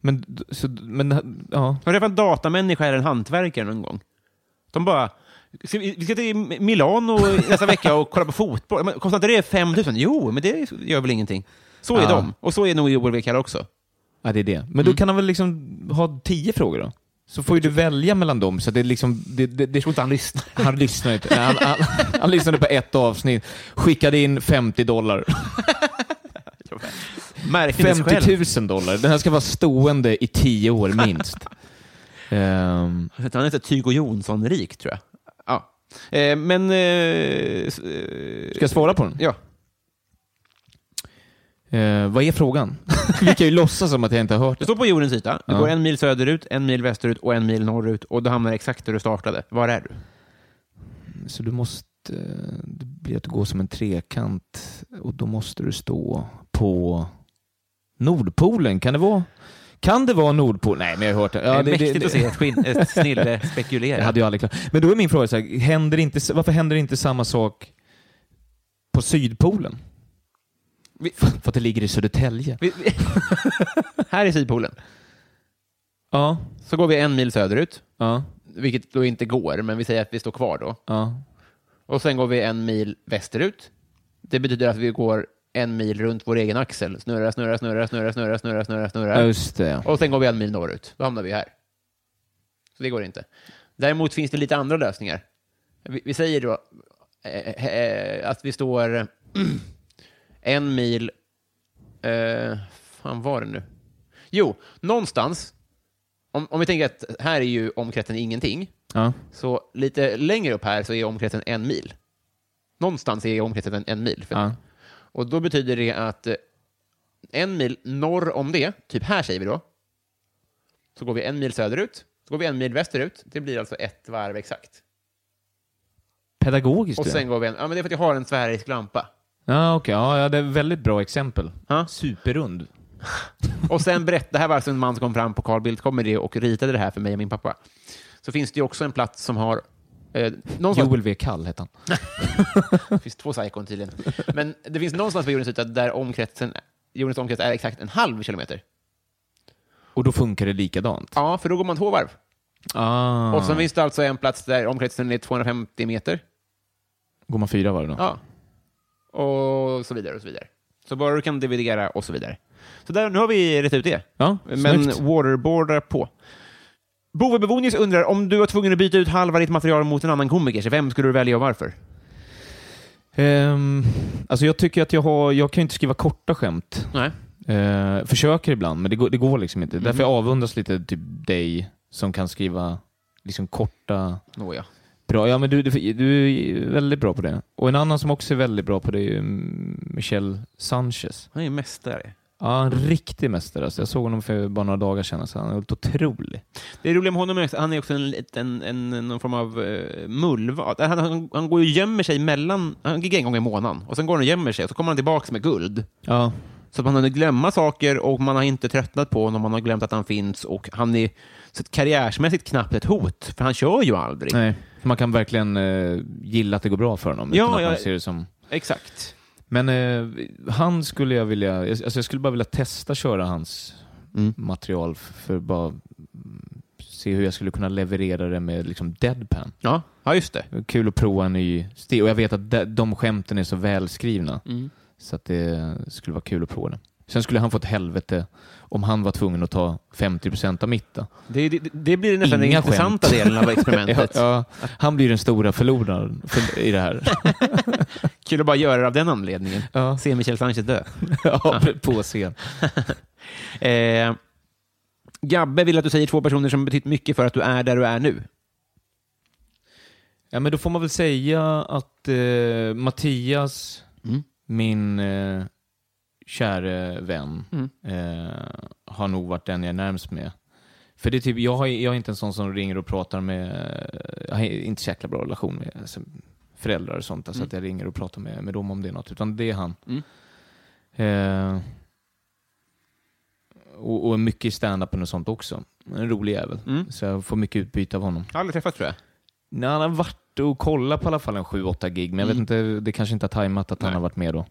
Men, d- så, men ja. Har du träffat en datamänniska eller en hantverkare någon gång? De bara, ska vi, vi ska till Milano nästa vecka och kolla på fotboll. Men kostar inte det 5 000? Jo, men det gör väl ingenting. Så är Ja. de. Och så är nog Joel Wekar också. ja, det är det. Men Mm. då kan han väl liksom ha tio frågor då? Så får ju du välja mellan dem, så det är liksom... Det, det, det, Jag tror inte han lyssnar. han lyssnade inte. Nej, Han, han, han lyssnade på ett avsnitt, skickade in 50 dollar. Märker det själv. 50 000 dollar. Den här ska vara stående i <laughs> tio år minst. Ehm, Han heter Tygo Jonsson-rik, tror jag. Ja. Eh, men... Eh, s- eh, ska jag svara på den? ja. Ehm, vad <laughs> är frågan? Vi kan ju låtsas som att jag inte har hört Du det. står på jordens yta. Du Ja. går en mil söderut, en mil västerut och en mil norrut och du hamnar exakt där du startade. Var är du? Så du måste... Det blir att du går som en trekant och då måste du stå på Nordpolen. Kan det vara? Kan det vara Nordpolen? Nej, men jag har hört det. Ja, det är det- det- mäktigt det- att se ett, skinn, ett <laughs> snille spekulera. Jag hade ju aldrig klarat. Men då är min fråga så här, händer inte, varför händer inte samma sak på Sydpolen? Vi- För för att det ligger i Södertälje. Vi- vi- <laughs> här i Sydpolen Ja, så går vi en mil söderut, ja, vilket då inte går, men vi säger att vi står kvar då. ja. Och sen går vi en mil västerut. Det betyder att vi går en mil runt vår egen axel. Snurra, snurra, snurra, snurra, snurra, snurra, snurra, Ja, snurra. just det. Och sen går vi en mil norrut. Då hamnar vi här. Så det går inte. Däremot finns det lite andra lösningar. Vi, vi säger då eh, eh, eh, att vi står eh, <clears throat> en mil... Eh, fan var det nu? Jo, någonstans. Om, om vi tänker att här är ju omkretsen ingenting. Ja. Så lite längre upp här så är omkretsen en mil. Någonstans är omkretsen en, en mil. För Ja. och då betyder det att eh, en mil norr om det, typ här säger vi då, så går vi en mil söderut, så går vi en mil västerut. Det blir alltså ett varv exakt. Pedagogiskt Och ja. sen går vi en, ja men det är för att jag har en sfärisk lampa. Ja, okej. Ja, ja, det är ett väldigt bra exempel. Ja. Superrund. Och sen berätta, det här var alltså en man som kom fram på Carl Bildt Comedy och ritade det här för mig och min pappa. Så finns det ju också en plats som har, eh, någonstans, Joel W. Kall hette han. det finns två psykon tydligen, men det finns någonstans på jordens yta där omkretsen, jordens omkrets är exakt en halv kilometer. Och då funkar det likadant. Ja, för då går man två varv. Ah. Och sen finns det alltså en plats där omkretsen är 250 meter. Går man fyra varv då? Ja. Och så vidare och så vidare. Så bara du kan dividera och så vidare. Så där, nu har vi rätt ut det. Ja, Men snyggt. waterboardar på. Bove Bevonius undrar, om du var tvungen att byta ut halva ditt material mot en annan komiker, så vem skulle du välja och varför? Ehm, alltså jag tycker att jag har, jag kan ju inte skriva korta skämt. Nej. Eh, försöker ibland, men det går, det går liksom inte. Därför jag Mm. avundas lite typ dig som kan skriva liksom korta... Nåja. Bra. Ja, men du, du, du är väldigt bra på det. Och en annan som också är väldigt bra på det är ju mm, Michel Sanchez. Han är ju mästare. Ja, en Mm. riktig mästare. Alltså, jag såg honom för bara några dagar sedan. Så han är helt otrolig. Det roliga med honom är att han är också en, liten- en, en, någon form av uh, mullvad. Han, han, han går ju och gömmer sig mellan... Han giggar en gång i månaden, och sen går han och gömmer sig, och så kommer han tillbaka med guld. Ja, Så att man har hunnit glömma saker och man har inte tröttnat på honom, man har glömt att han finns och han är så att karriärsmässigt knappt ett hot, för han kör ju aldrig. nej. Man kan verkligen eh, gilla att det går bra för honom. Ja, utan att jag- man ser det som... Exakt. Men eh, han skulle jag vilja... Alltså jag skulle bara vilja testa köra hans Mm. material f- för att bara mm, se hur jag skulle kunna leverera det med liksom deadpan. Ja, ja just det. Det var Kul att prova en ny stil. Och jag vet att de, de skämten är så välskrivna. Mm. Så att det skulle vara kul att prova det. Sen skulle han få ett helvete om han var tvungen att ta 50 procent av mitt. Då. Det, det, det blir nästan den Inga intressanta delen av <laughs> experimentet. Ja, han blir den stora förloraren för, i det här. Kul att bara göra det av den anledningen. Ja. <laughs> Se Michel Sanchez dö. ja, på scen. Eh, Gabbe vill att du säger två personer som betytt mycket för att du är där du är nu. Ja, men då får man väl säga att eh, Mattias, min eh, käre vän, eh, har nog varit den jag är närmst med. För det är typ, jag, har, jag är inte en sån som ringer och pratar med, jag har inte så jäkla bra relation med alltså, föräldrar och sånt, alltså att jag ringer och pratar med, med dem om det är något, utan det är han. Eh, och, och mycket i stand-upen och sånt också. En rolig jävel. Så jag får mycket utbyte av honom. Jag har aldrig träffat tror jag. Nej, han har varit och kollat på i alla fall en 7-8 gig, men jag vet inte, det kanske inte har tajmat att han Nej. har varit med då.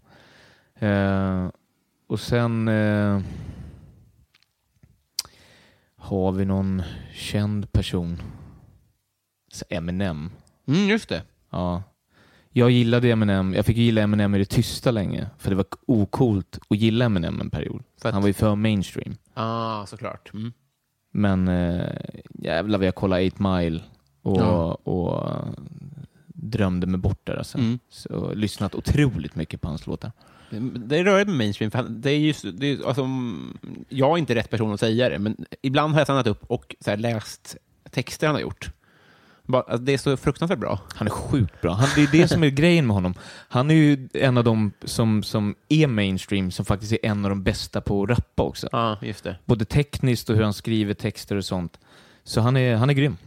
Eh, och sen eh, har vi någon känd person. Så Eminem. Mm, just det. Ja. Jag gillade Eminem. Jag fick gilla Eminem i det tysta länge, för det var okult att gilla Eminem en period. För att- Han var ju för mainstream. Ah, såklart. Mm. Men eh, jävlar vad jag kollade 8 Mile och, Ja. och eh, drömde mig bort där. Alltså. Mm. Så, lyssnat otroligt mycket på hans låtar. Det är rörigt med mainstream. För han- det är just, det är, alltså, mm, jag är inte rätt person att säga det, men ibland har jag stannat upp och så här, läst texter han har gjort. Bara, alltså, det är så fruktansvärt bra. Han är sjukt bra. Han, det är det som är grejen med honom. Han är ju en av de som, som är mainstream som faktiskt är en av de bästa på att rappa också. Ja, just det. Både tekniskt och hur han skriver texter och sånt. Så han är, han är grym.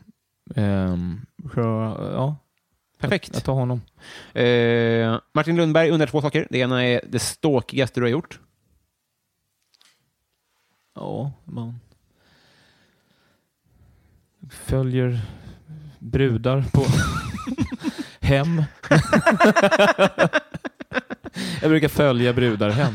Ehm, så, ja, Perfekt. jag tar honom. Eh, Martin Lundberg undrar två saker. Det ena är det ståkigaste du har gjort. Ja, man följer brudar <laughs> på hem. Jag brukar följa brudar hem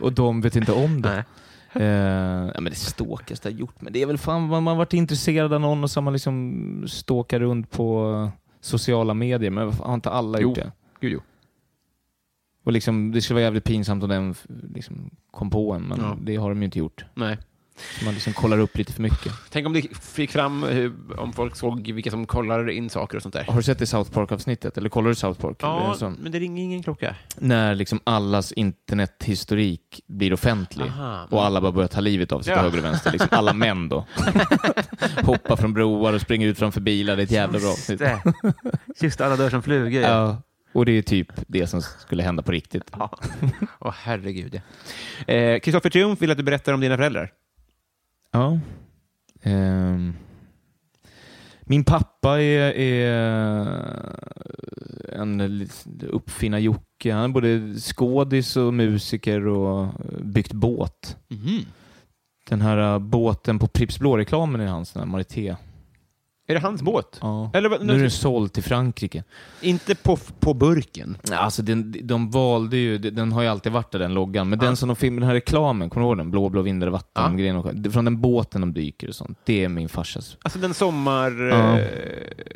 och de vet inte om det. Eh, ja, men det ståkaste jag gjort, men det är väl fan man man har varit intresserad av någon och så har man liksom ståkat runt på sociala medier, men vad fan, har inte alla Jo. gjort det? Gud, jo. Och liksom, det skulle vara jävligt pinsamt om den f- liksom kom på en, men Ja. det har de ju inte gjort. Nej. Så man liksom kollar upp lite för mycket. Tänk om det fick fram hur, om folk såg vilka som kollar in saker och sånt där. Har du sett det South Park-avsnittet? Eller kollar du South Park? Det är en Ja, sån- men det ringer ingen klocka. När liksom allas internethistorik blir offentlig Aha. och alla bara börjar ta livet av sig Ja. till höger och vänster. Liksom alla <laughs> män då. Hoppar från broar och springer ut framför bilar. Det är ett jävla bra avsnitt. Just alla dör som flugor. Ja. Ja. Och det är typ det som skulle hända på riktigt. Åh, herregud. ja. Eh, Kristoffer Triumf vill att du berättar om dina föräldrar. Ja. Ehm. Min pappa är, är eh, en lit- uppfinnar-Jocke. Han är både skådis och musiker och eh, byggt båt. Den här äh, båten på Pripps Blå-reklamen är hans, den här Marité. Är det hans båt? Ja. Eller vad- nu är den såld till Frankrike. Inte på, på burken. Nej, Alltså den, de valde ju, den har ju alltid varit där den loggan, men den som de filmade, den här reklamen, kommer du ihåg den? Blå, blå vindar, vatten, Ja. grön och skär. Från den båten de dyker och sånt. Det är min farsas. Alltså den sommar... Ja. Eh,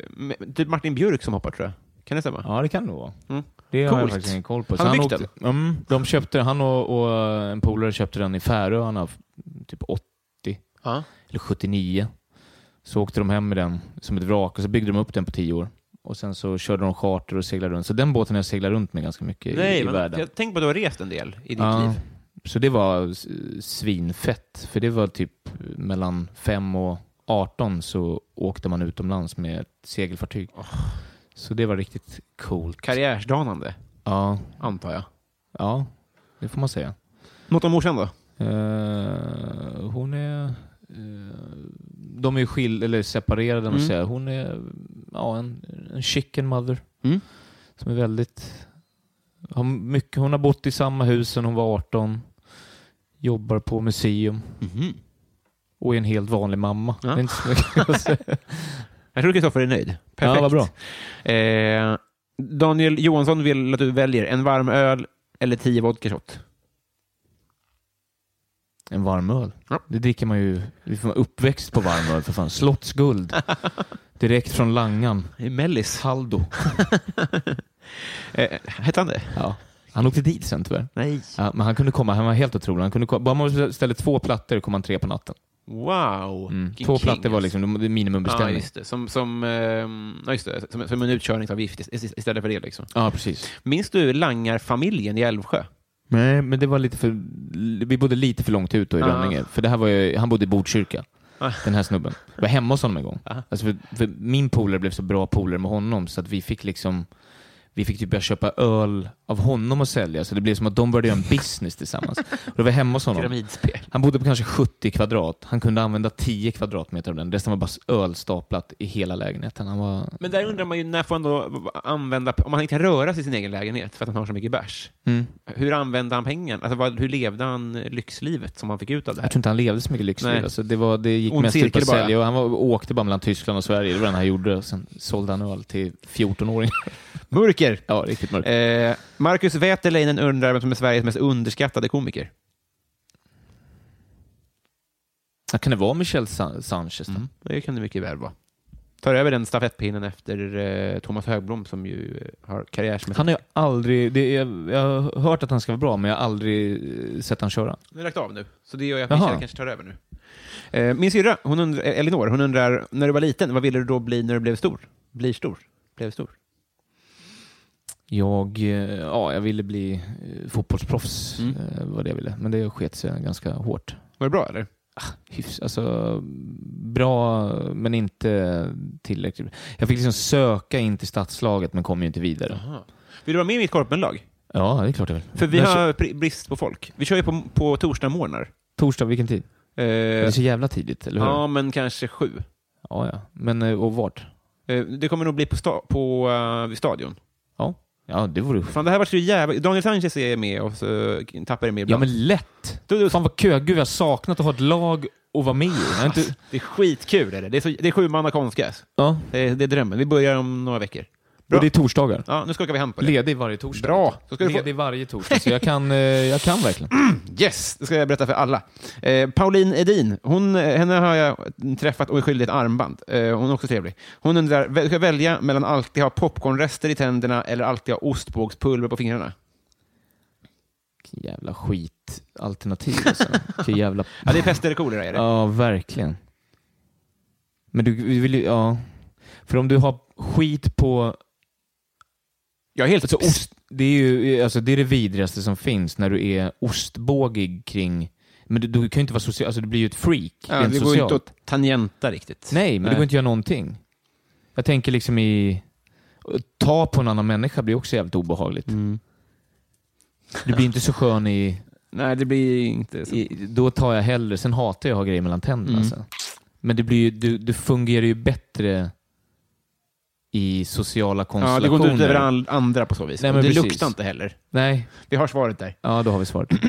med- typ Martin Björk som hoppar, tror jag. Kan det stämma? Ja, det kan det vara. Mm. Det har jag Coolt. faktiskt ingen koll på. Han har byggt åkte, mm, de köpte, han och, och en polare köpte den i Färöarna, f- typ 80 Ja. eller 79. Så åkte de hem med den som ett vrak och så byggde de upp den på 10 år. Och sen så körde de charter och seglade runt. Så den båten har jag seglat runt med ganska mycket Nej, i, i men världen. jag tänker på att du har rest en del i ditt Ja. liv. Så det var s- svinfett, för det var typ mellan 5 och 18 så åkte man utomlands med ett segelfartyg. Så det var riktigt coolt. Karriärsdanande, ja, antar jag. ja, det får man säga. Något om morsan då? Eh, hon är... eh, de är ju skil- eller separerade, mm. Mm. säga. Hon är ja, en, en chicken mother. Mm. Som är väldigt... Har mycket, hon har bott i samma hus sedan hon var 18. Jobbar på museum. Mhm. Och är en helt vanlig mamma. Ja. Det är inte så <laughs> mycket att säga. Jag tror Kristoffer är nöjd. Perfekt. Ja, vad bra. Eh, Daniel Johansson vill att du väljer en varm öl eller tio vodka shot. En varm öl. Ja. Det dricker man ju. Vi får uppväxt på varm öl för <laughs> fan. Slottsguld. Direkt från Langan. Mellis. Saldo. Eh, hette han det? Ja. Han åkte dit sen tyvärr. Nej. Ja, men han kunde komma, han var helt otrolig. Han kunde komma, bara man ställde två plattor kom han tre på natten. Wow. Mm. Vilken Två king, plattor var alltså. liksom det- det Ja, är minimumbeställning. Ja, just det. Som, som, ehm, ja, just det. Som, som en utkörningsavgift ist- ist- istället för det. Liksom. precis. Minns du Langarfamiljen i Älvsjö? Nej, men det var lite för, vi bodde lite för långt ut då i Ja. Rönninge. För det här var ju, han bodde i Botkyrka, Ah. den här snubben. Jag var hemma hos honom en gång. Aha. Alltså för, för min polare blev så bra polare med honom så att vi fick liksom, vi fick typ börja köpa öl av honom och sälja. Så det blev som att de började göra en <laughs> business tillsammans. Och det var hemma hos honom. Pyramidspel. Han bodde på kanske 70 kvadrat. Han kunde använda 10 kvadratmeter av den. Resten var bara öl staplat i hela lägenheten. Han var... Men där undrar man ju, när får han då använda, om han inte kan röra sig i sin egen lägenhet för att han har så mycket bärs, Mm. hur använde han pengarna? Alltså, vad, hur levde han lyxlivet som han fick ut av det Jag här? tror inte han levde så mycket lyxliv. Nej. Alltså, det, var, det gick Ond mest ut på cirkel att bara. sälja. Och han var, åkte bara mellan Tyskland och Sverige. Det var det han gjorde. Och sen sålde han öl till 14-åringar. Mörker! <laughs> Ja, riktigt mörkt. Eh, Marcus Wäterleinen undrar vem som är Sveriges mest underskattade komiker. Eh. Kan det vara Michel San- Sanchez? då? Mm. Det kan det mycket väl vara. Tar över den stafettpinnen efter eh, Thomas Högblom som ju eh, har karriärsmässigt... Han har ju aldrig... Det är, jag har hört att han ska vara bra, men jag har aldrig eh, sett han köra. Nu har jag lagt av nu, så det gör jag. Jaha. Michel kanske tar över nu. Eh, min syrra, hon undrar, eh, Elinor, hon undrar, när du var liten, vad ville du då bli när du blev stor? Blir stor? Blev stor? Jag, eh, ja, jag ville bli eh, fotbollsproffs, Mm. eh, var det jag ville. Men det sket sig ganska hårt. Var det bra eller? hyfs, alltså, bra, men inte tillräckligt bra. Jag fick liksom söka in till statslaget, men kom ju inte vidare. Vill du vara med i mitt korpenlag? Ja, det är klart jag vill. För vi Men så- har pri- brist på folk. Vi kör ju på, på torsdagsmorgnar. Torsdag, vilken tid? Det är Eh, så jävla tidigt, eller hur? ja, men kanske sju. ja. ja. Men, eh, och vart? Eh, det kommer nog bli på, sta- på eh, vid stadion. Ja, ja det vore ju Fan, det här var så jävla... Daniel Sanchez är med och så eh, tappar det med Ja, ibland. men lätt! Du- du- Fan vad kö. Gud, jag har saknat att ha ett lag och vara med i. Jag har inte... Det är skitkul. Är det? Det, är så, det är sju man konstgräs. Ja, Det, är- det är drömmen. Vi börjar om några veckor. Bra. och det är torsdagar. Ja, nu skakar vi hand på det. Ledig varje torsdag. Bra. Då ska du få- Ledig varje torsdag, så jag kan, eh, jag kan verkligen. Yes, det ska jag berätta för alla. Eh, Pauline Edin, hon, eh, henne har jag träffat och är skyldig ett armband. Eh, hon är också trevlig. Hon undrar, vä- ska jag välja mellan alltid ha popcornrester i tänderna eller alltid ha ostbågspulver på fingrarna? Vilken jävla skitalternativ <laughs> alltså. Vilken jävla... Ja, det är pest eller kolera är det. Ja, verkligen. Men du du vill ju, ja. För om du har skit på, Jag är helt... alltså ost, det är ju alltså, det, är det vidrigaste som finns när du är ostbågig kring, men du, du kan ju inte vara social, alltså du blir ju ett freak ja, rent det går ju socialt. inte att tangenta riktigt. Nej, men Nej. det går inte att göra någonting. Jag tänker liksom i, ta på en annan människa blir också jävligt obehagligt. Mm. Du blir inte så skön i, Nej, det blir inte så. i, då tar jag hellre, sen hatar jag att ha grejer mellan tänderna. Mm. Alltså. Men det blir ju, du, du fungerar ju bättre i sociala Ja, det konstellationer. går inte ut över all- andra på så vis. Nej, Nej, men men det precis. luktar inte heller. Nej, Vi har svaret där. ja då har vi svaret. <clears throat>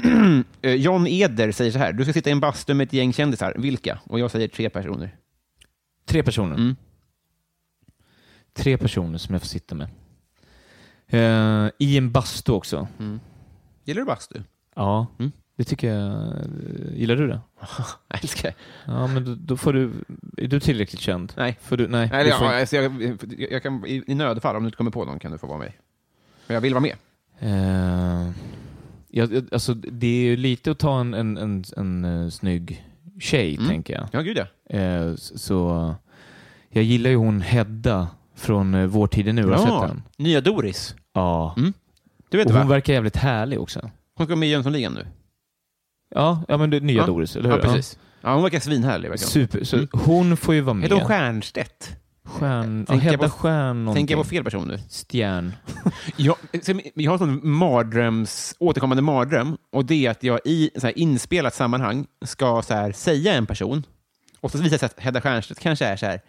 Eh, John Eder säger så här, du ska sitta i en bastu med ett gäng kändisar. Vilka? Och jag säger tre personer. Tre personer. Mm. Tre personer som jag får sitta med. Eh, I en bastu också. Mm. Gillar du <laughs> bastu? Ja, Mm. det tycker jag. eh, Gillar du det? Jag älskar det. Ja, men då, då får du... Är du tillräckligt känd? Nej. Får du, nej. Nej, du jag, får, alltså, jag, jag, jag kan, i, I nödfall, om du inte kommer på någon, kan du få vara med. Men jag vill vara med. Eh, jag, jag- alltså, det är ju lite att ta en, en, en, en eh, snygg tjej, Mm. tänker jag. Ja, gud ja. Eh, s- så eh, jag gillar ju hon Hedda från eh, Vår tid är nu. Har du Ja. sett den? Nya Doris. Ja. Mm. Du vet Och va? hon verkar jävligt härlig också. Hon ska med i Jönssonligan nu. Ja, ja men det är nya Ja. Doris, eller hur? Ja, precis. Ja, hon verkar svinhärlig. Verkar hon. Super. Så Mm. hon får ju vara med. Heter hon Stiernstedt? Stjärn... Ja, Tänker jag Hedda på- Stjärn någonting. Tänker jag på fel person nu? Stjärn. Jag, jag har en sån mardröms, återkommande mardröm och det är att jag i så här inspelat sammanhang ska så här säga en person och så visar det sig att Hedda Stiernstedt kanske är så här,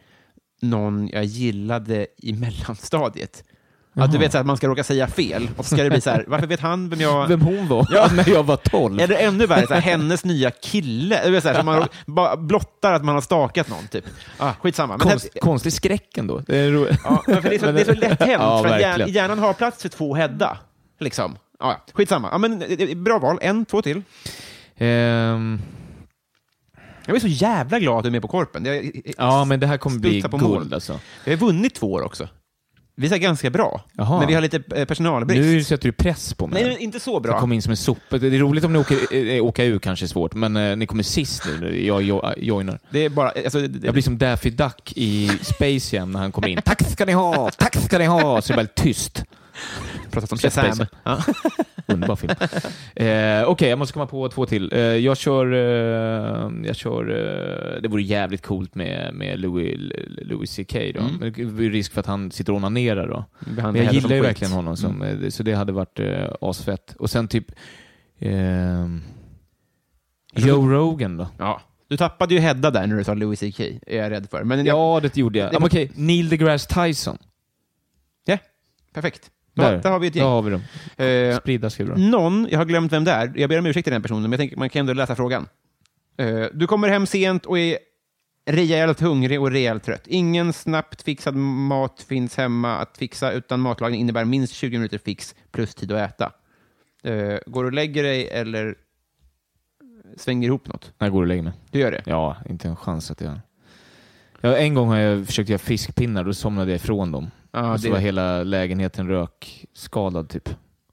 någon jag gillade i <laughs> mellanstadiet. Att du vet så här, att man ska råka säga fel och så ska det bli så här, varför vet han vem jag... Vem hon var Ja. <laughs> när jag var 12. Eller ännu värre, så här, hennes nya kille. Du vet, så här, så <laughs> man bara blottar att man har stakat någon, typ. Ah, skitsamma. Men Konst, konstig skräck ändå. Det är ro- Ja, men för det, är så, det är så lätt hänt, Ja, för att hjärnan, verkligen. hjärnan har plats för två Hedda. Liksom. Ja, ja. skitsamma. Ja, men, det- det- bra val. En, två till. Ehm, Jag är så jävla glad att du är med på Korpen. Jag, eh, jag, ja, men det här kommer bli Studsa på guld mål. alltså. jag har vunnit två år också. Vi är ganska bra, Jaha. men vi har lite eh, personalbrist. Nu sätter du press på mig. Nej, men inte så Jag bra. kom in som en sopa. Det är roligt om ni åker, eh, åka ur kanske är svårt, men eh, ni kommer sist nu. Jag jo- eh, joinar. Det är bara... Alltså, det, det, Jag blir som Daffy Duck i Space Jam när <laughs> han kommer in. Tack ska ni ha! Tack ska ni ha! Så det är väldigt tyst. pratat om Space Shazam. Jam. Ja. <laughs> Underbar film. Eh, Okej, jag måste komma på två till. Eh, jag kör... Eh, jag kör eh, det vore jävligt coolt med, med Louis, Louis CK då. Mm. Men det är ju risk för att han sitter och onanerar då. Behandlar Men jag henne som gillar skit. ju Mm. verkligen honom, som, eh, så det hade varit eh, asfett. Och sen typ... ehm, Alltså, Joe Rogan då? Ja. Du tappade ju Hedda där när du sa Louis CK, är jag rädd för. Men Ja, det gjorde jag. Det- Ja, men Okej, Neil deGrasse Tyson. Ja, perfekt. Då, där. har vi ett Där gäng. har vi dem. Eh, Spridda ska vara bra. någon, jag har glömt vem det är, jag ber om ursäkt till den personen, men jag tänker, man kan ändå läsa frågan. Eh, du kommer hem sent och är rejält hungrig och rejält trött. Ingen snabbt fixad mat finns hemma att fixa, utan matlagning innebär minst 20 minuter fix plus tid att äta. Eh, går du och lägger dig eller svänger ihop något? När jag går och lägger mig. Du gör det? Ja, inte en chans att jag... Ja, en gång har jag försökt göra fiskpinnar, då somnade jag ifrån dem. Ja, och så var det, hela lägenheten rökskadad typ.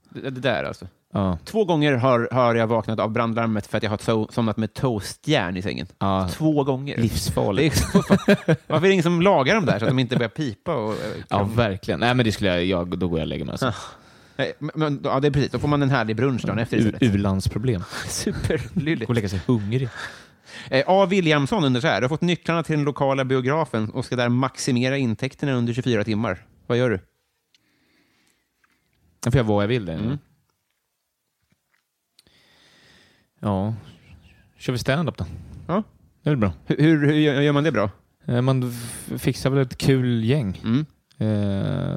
det, det där alltså. Ja, Två gånger har, har jag vaknat av brandlarmet för att jag har to- somnat med toastjärn i sängen. ja Två gånger. Det är livsfarligt. så fan. Varför är det ingen som lagar dem där så att de inte börjar pipa? Och, eh, Ja, krångla? verkligen. Nej, men det skulle jag... jag då går jag och lägger mig alltså. Nej, men- men, ja, det är precis. Då får man en härlig brunch dagen efter U- istället. U-landsproblem. <laughs> Gå Superlylligt. och lägga sig hungrig. Eh, A. Williamson undrar så här. Du har fått nycklarna till den lokala biografen och ska där maximera intäkterna under 24 timmar. Vad gör du? Då får jag vara vad jag vill där. Mm. Ja. Kör vi stand-up då? Ja. Det är väl bra. Hur, hur, hur gör gör man det bra? Eh, Man f- fixar väl ett kul gäng. Mm. Eh,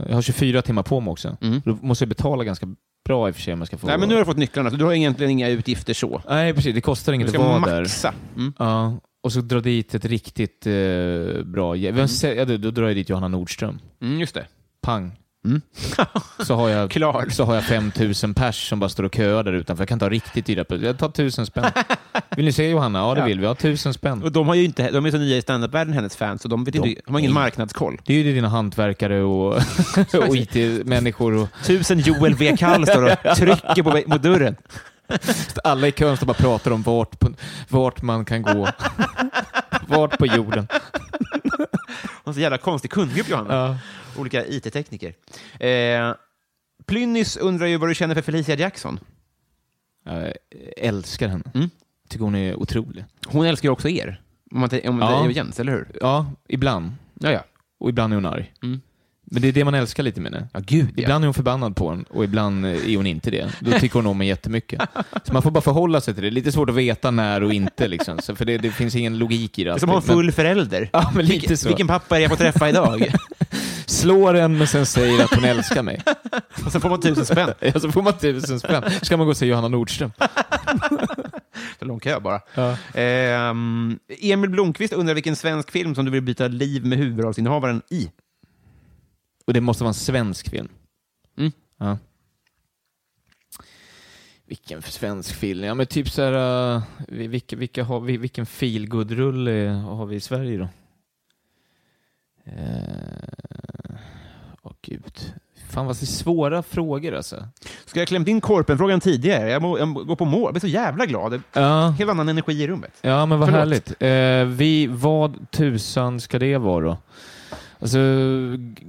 Jag har 24 timmar på mig också. Mm. Då måste jag betala ganska bra i och för sig om jag ska få... Nej, men nu har du fått nycklarna, så du har egentligen inga utgifter så. Nej, precis. Det kostar Du inget att ska vara där. maxa. Mm. Ja. Och så dra dit ett riktigt eh, bra gäng. Vem sä- ja, då- Då drar jag dit Johanna Nordström. Mm, just det. Pang. Mm. så, har <laughs> jag, Klar. så har jag 5000 pers som bara står och köar där utanför. Jag kan inte ha riktigt dyra priser. Jag tar 1000 spänn. <laughs> Vill ni se Johanna? Ja, det Ja. vill vi. Ja, 1000 spänn. Och de, har ju inte, de är så nya i standupvärlden, hennes fans, så de, vet De- inte, de har ingen marknadskoll. Det är ju dina hantverkare och, <laughs> och IT-människor. Och, Tusen Joel V. Kall står <laughs> och trycker på, mot dörren. alla i kön som bara pratar om vart, på, vart man <laughs> kan gå. vart på jorden. En så jävla konstig kundgrupp, Johanna. Ja. Olika IT-tekniker. Eh, Plynnis undrar ju vad du känner för Felicia Jackson. Jag älskar henne. Mm. Tycker hon är otrolig. Hon älskar ju också er. Om man t- om Ja. dig och Jens, eller hur? Ja, ibland. Ja, ja. Och ibland är hon arg. Mm. Men det är det man älskar lite med henne. Ja, gud ja. Ibland är hon förbannad på en och ibland eh, är hon inte det. Då tycker hon om en jättemycket. Så man får bara förhålla sig till det. Lite svårt att veta när och inte liksom. Så för det, det finns ingen logik i det. Det är som att ha en alltid. Men- full förälder. Ja, men lite Vilken, så. vilken pappa är jag på att träffa <laughs> idag? Slår en men sen säger att hon älskar mig. och så får man tusen spänn. <laughs> Ja, så får man tusen spänn. Ska man gå och se Johanna Nordström? Så lång kö bara. Ja. Ehm, Emil Blomqvist undrar vilken svensk film som du vill byta liv med huvudrollsinnehavaren i. Och det måste vara en svensk film. Mm. Ja. Vilken för svensk film? Ja, men typ så här... eh, vi- vilka, vilka har vi, vilken feelgood-rulle har vi i Sverige då? Eh, Åh gud. Fan vad det är svåra frågor alltså. Ska jag klämt in korpen-frågan tidigare? Jag, må, jag går på mål. Jag blir så jävla glad. Ja, Helt annan energi i rummet. ja men vad Förlåt. härligt. Eh, vi, vad tusan ska det vara då? Alltså, g-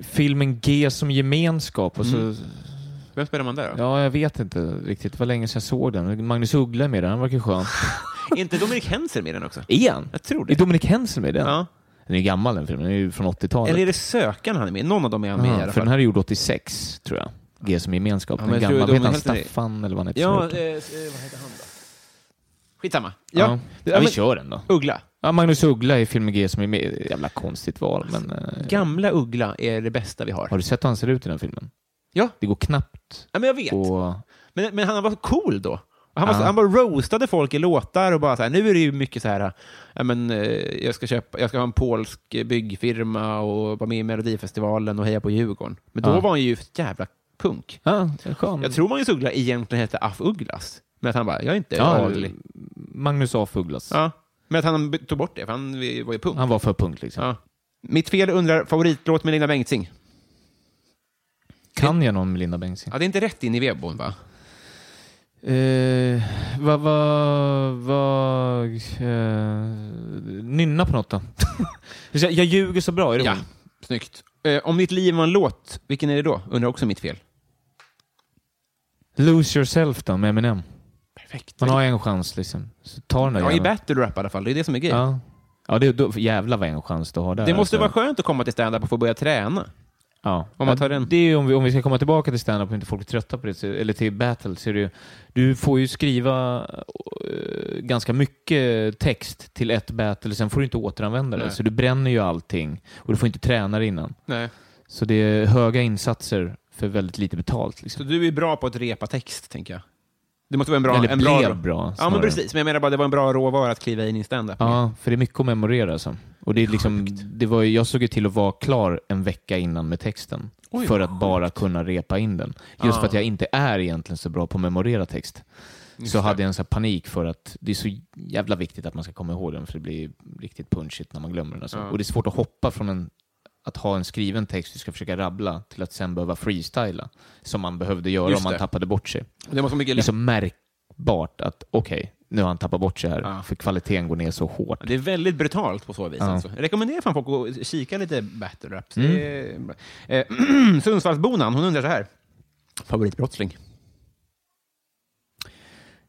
filmen G som gemenskap och så Mm. Vem spelar man där då? Ja, jag vet inte riktigt. Det var länge sedan jag såg den. Magnus Uggla är med där. Han verkar skön. Är inte Dominik Henser med den också? Igen? Jag tror det. Är Dominik Hensen med i den? Ja. Den är ju gammal den filmen. Den är ju från 80-talet. Eller är det Sökaren han är med Någon av dem är han med Ja, i alla För fall. den här är gjord 86, tror jag. G som gemenskap. Ja, den men jag tror gamla. Dominik Vet han Hensen är- Staffan eller vad han heter? Ja, som eh, har gjort den? eh, vad heter han då? Skitsamma. Ja. ja. ja, vi men- kör den då. Uggla. Ja, Magnus Uggla i filmen G som är med. Jävla konstigt val, men... eh, Gamla Uggla är det bästa vi har. Har du sett hur han ser ut i den här filmen? Ja. Det går knappt Ja, men jag vet. och... Men, men han var cool då. Han, var, Ja. så- han bara roastade folk i låtar och bara så här, nu är det ju mycket så här, ja, men, eh, jag, ska köpa, jag ska ha en polsk eh, byggfirma och vara med i Melodifestivalen och heja på Djurgården. Men då Ja. Mm. var han ju jävla punk. Ja, skön. Jag tror Magnus Uggla egentligen hette Aff Ugglas, men att han bara, jag är inte Ja, adlig. Magnus A. Fugglas. Ja. Men att han b- tog bort det, för han var ju punk. Typ. Han var för punkt liksom. Ja. Mitt fel undrar favoritlåt med Linda Bengtzing. Kan jag någon Melinda Bengtzing? Ja, det är inte rätt in i vedboden, va? Eh, vad, vad, vad, eh, nynna på något då. <laughs> jag, jag ljuger så bra, är det Ja, hon? snyggt. Eh, om ditt liv var en låt, vilken är det då? Undrar också mitt fel. Lose yourself då med Eminem. Perfekt. Man har en chans liksom. Så ta den där ja, i jäveln. battle rap i alla fall. Det är det som är grejen. Ja, ja det, då, jävlar vad en chans du har där. Det måste vara alltså. skönt att komma till stand-up och få börja träna. Ja. Om man tar den. Det är ju om vi, om vi ska komma tillbaka till stand-up och inte folk är trötta på det, så, eller till battle, så är det ju, du får ju skriva eh, ganska mycket text till ett battle, sen får du inte återanvända det. Nej. Så du bränner ju allting och du får inte träna det innan. Nej. Så det är höga insatser för väldigt lite betalt. Så Liksom. du är bra på att repa text, tänker jag. Det måste vara en bra... eller en blev bra, bra. Ja, men snarare. precis. Men jag menar bara, det var en bra råvara att kliva in i stand-up. Ja, för det är mycket att memorera. Alltså. Och det är liksom, det var, ju- jag såg ju till att vara klar en vecka innan med texten Oj, för att bara kunna repa in den. Just Ah. för att jag inte är egentligen så bra på att memorera text. Just så det. hade jag en sån här panik för att det är så jävla viktigt att man ska komma ihåg den för det blir riktigt punchigt när man glömmer den. Alltså. Ja. Och det är svårt att hoppa från en, att ha en skriven text du ska försöka rabbla till att sen behöva freestyla som man behövde göra Just om man det. tappade bort sig Det måste vara mycket det är lätt. så märkbart att okej, nu har han tappat bort sig här, Ja. för kvaliteten går ner så hårt. Det är väldigt brutalt på så vis. Alltså. Jag rekommenderar fan folk att kika lite battle rap. Mm. Eh, <clears throat> Sundsvallsbonan, hon undrar så här. Favoritbrottsling?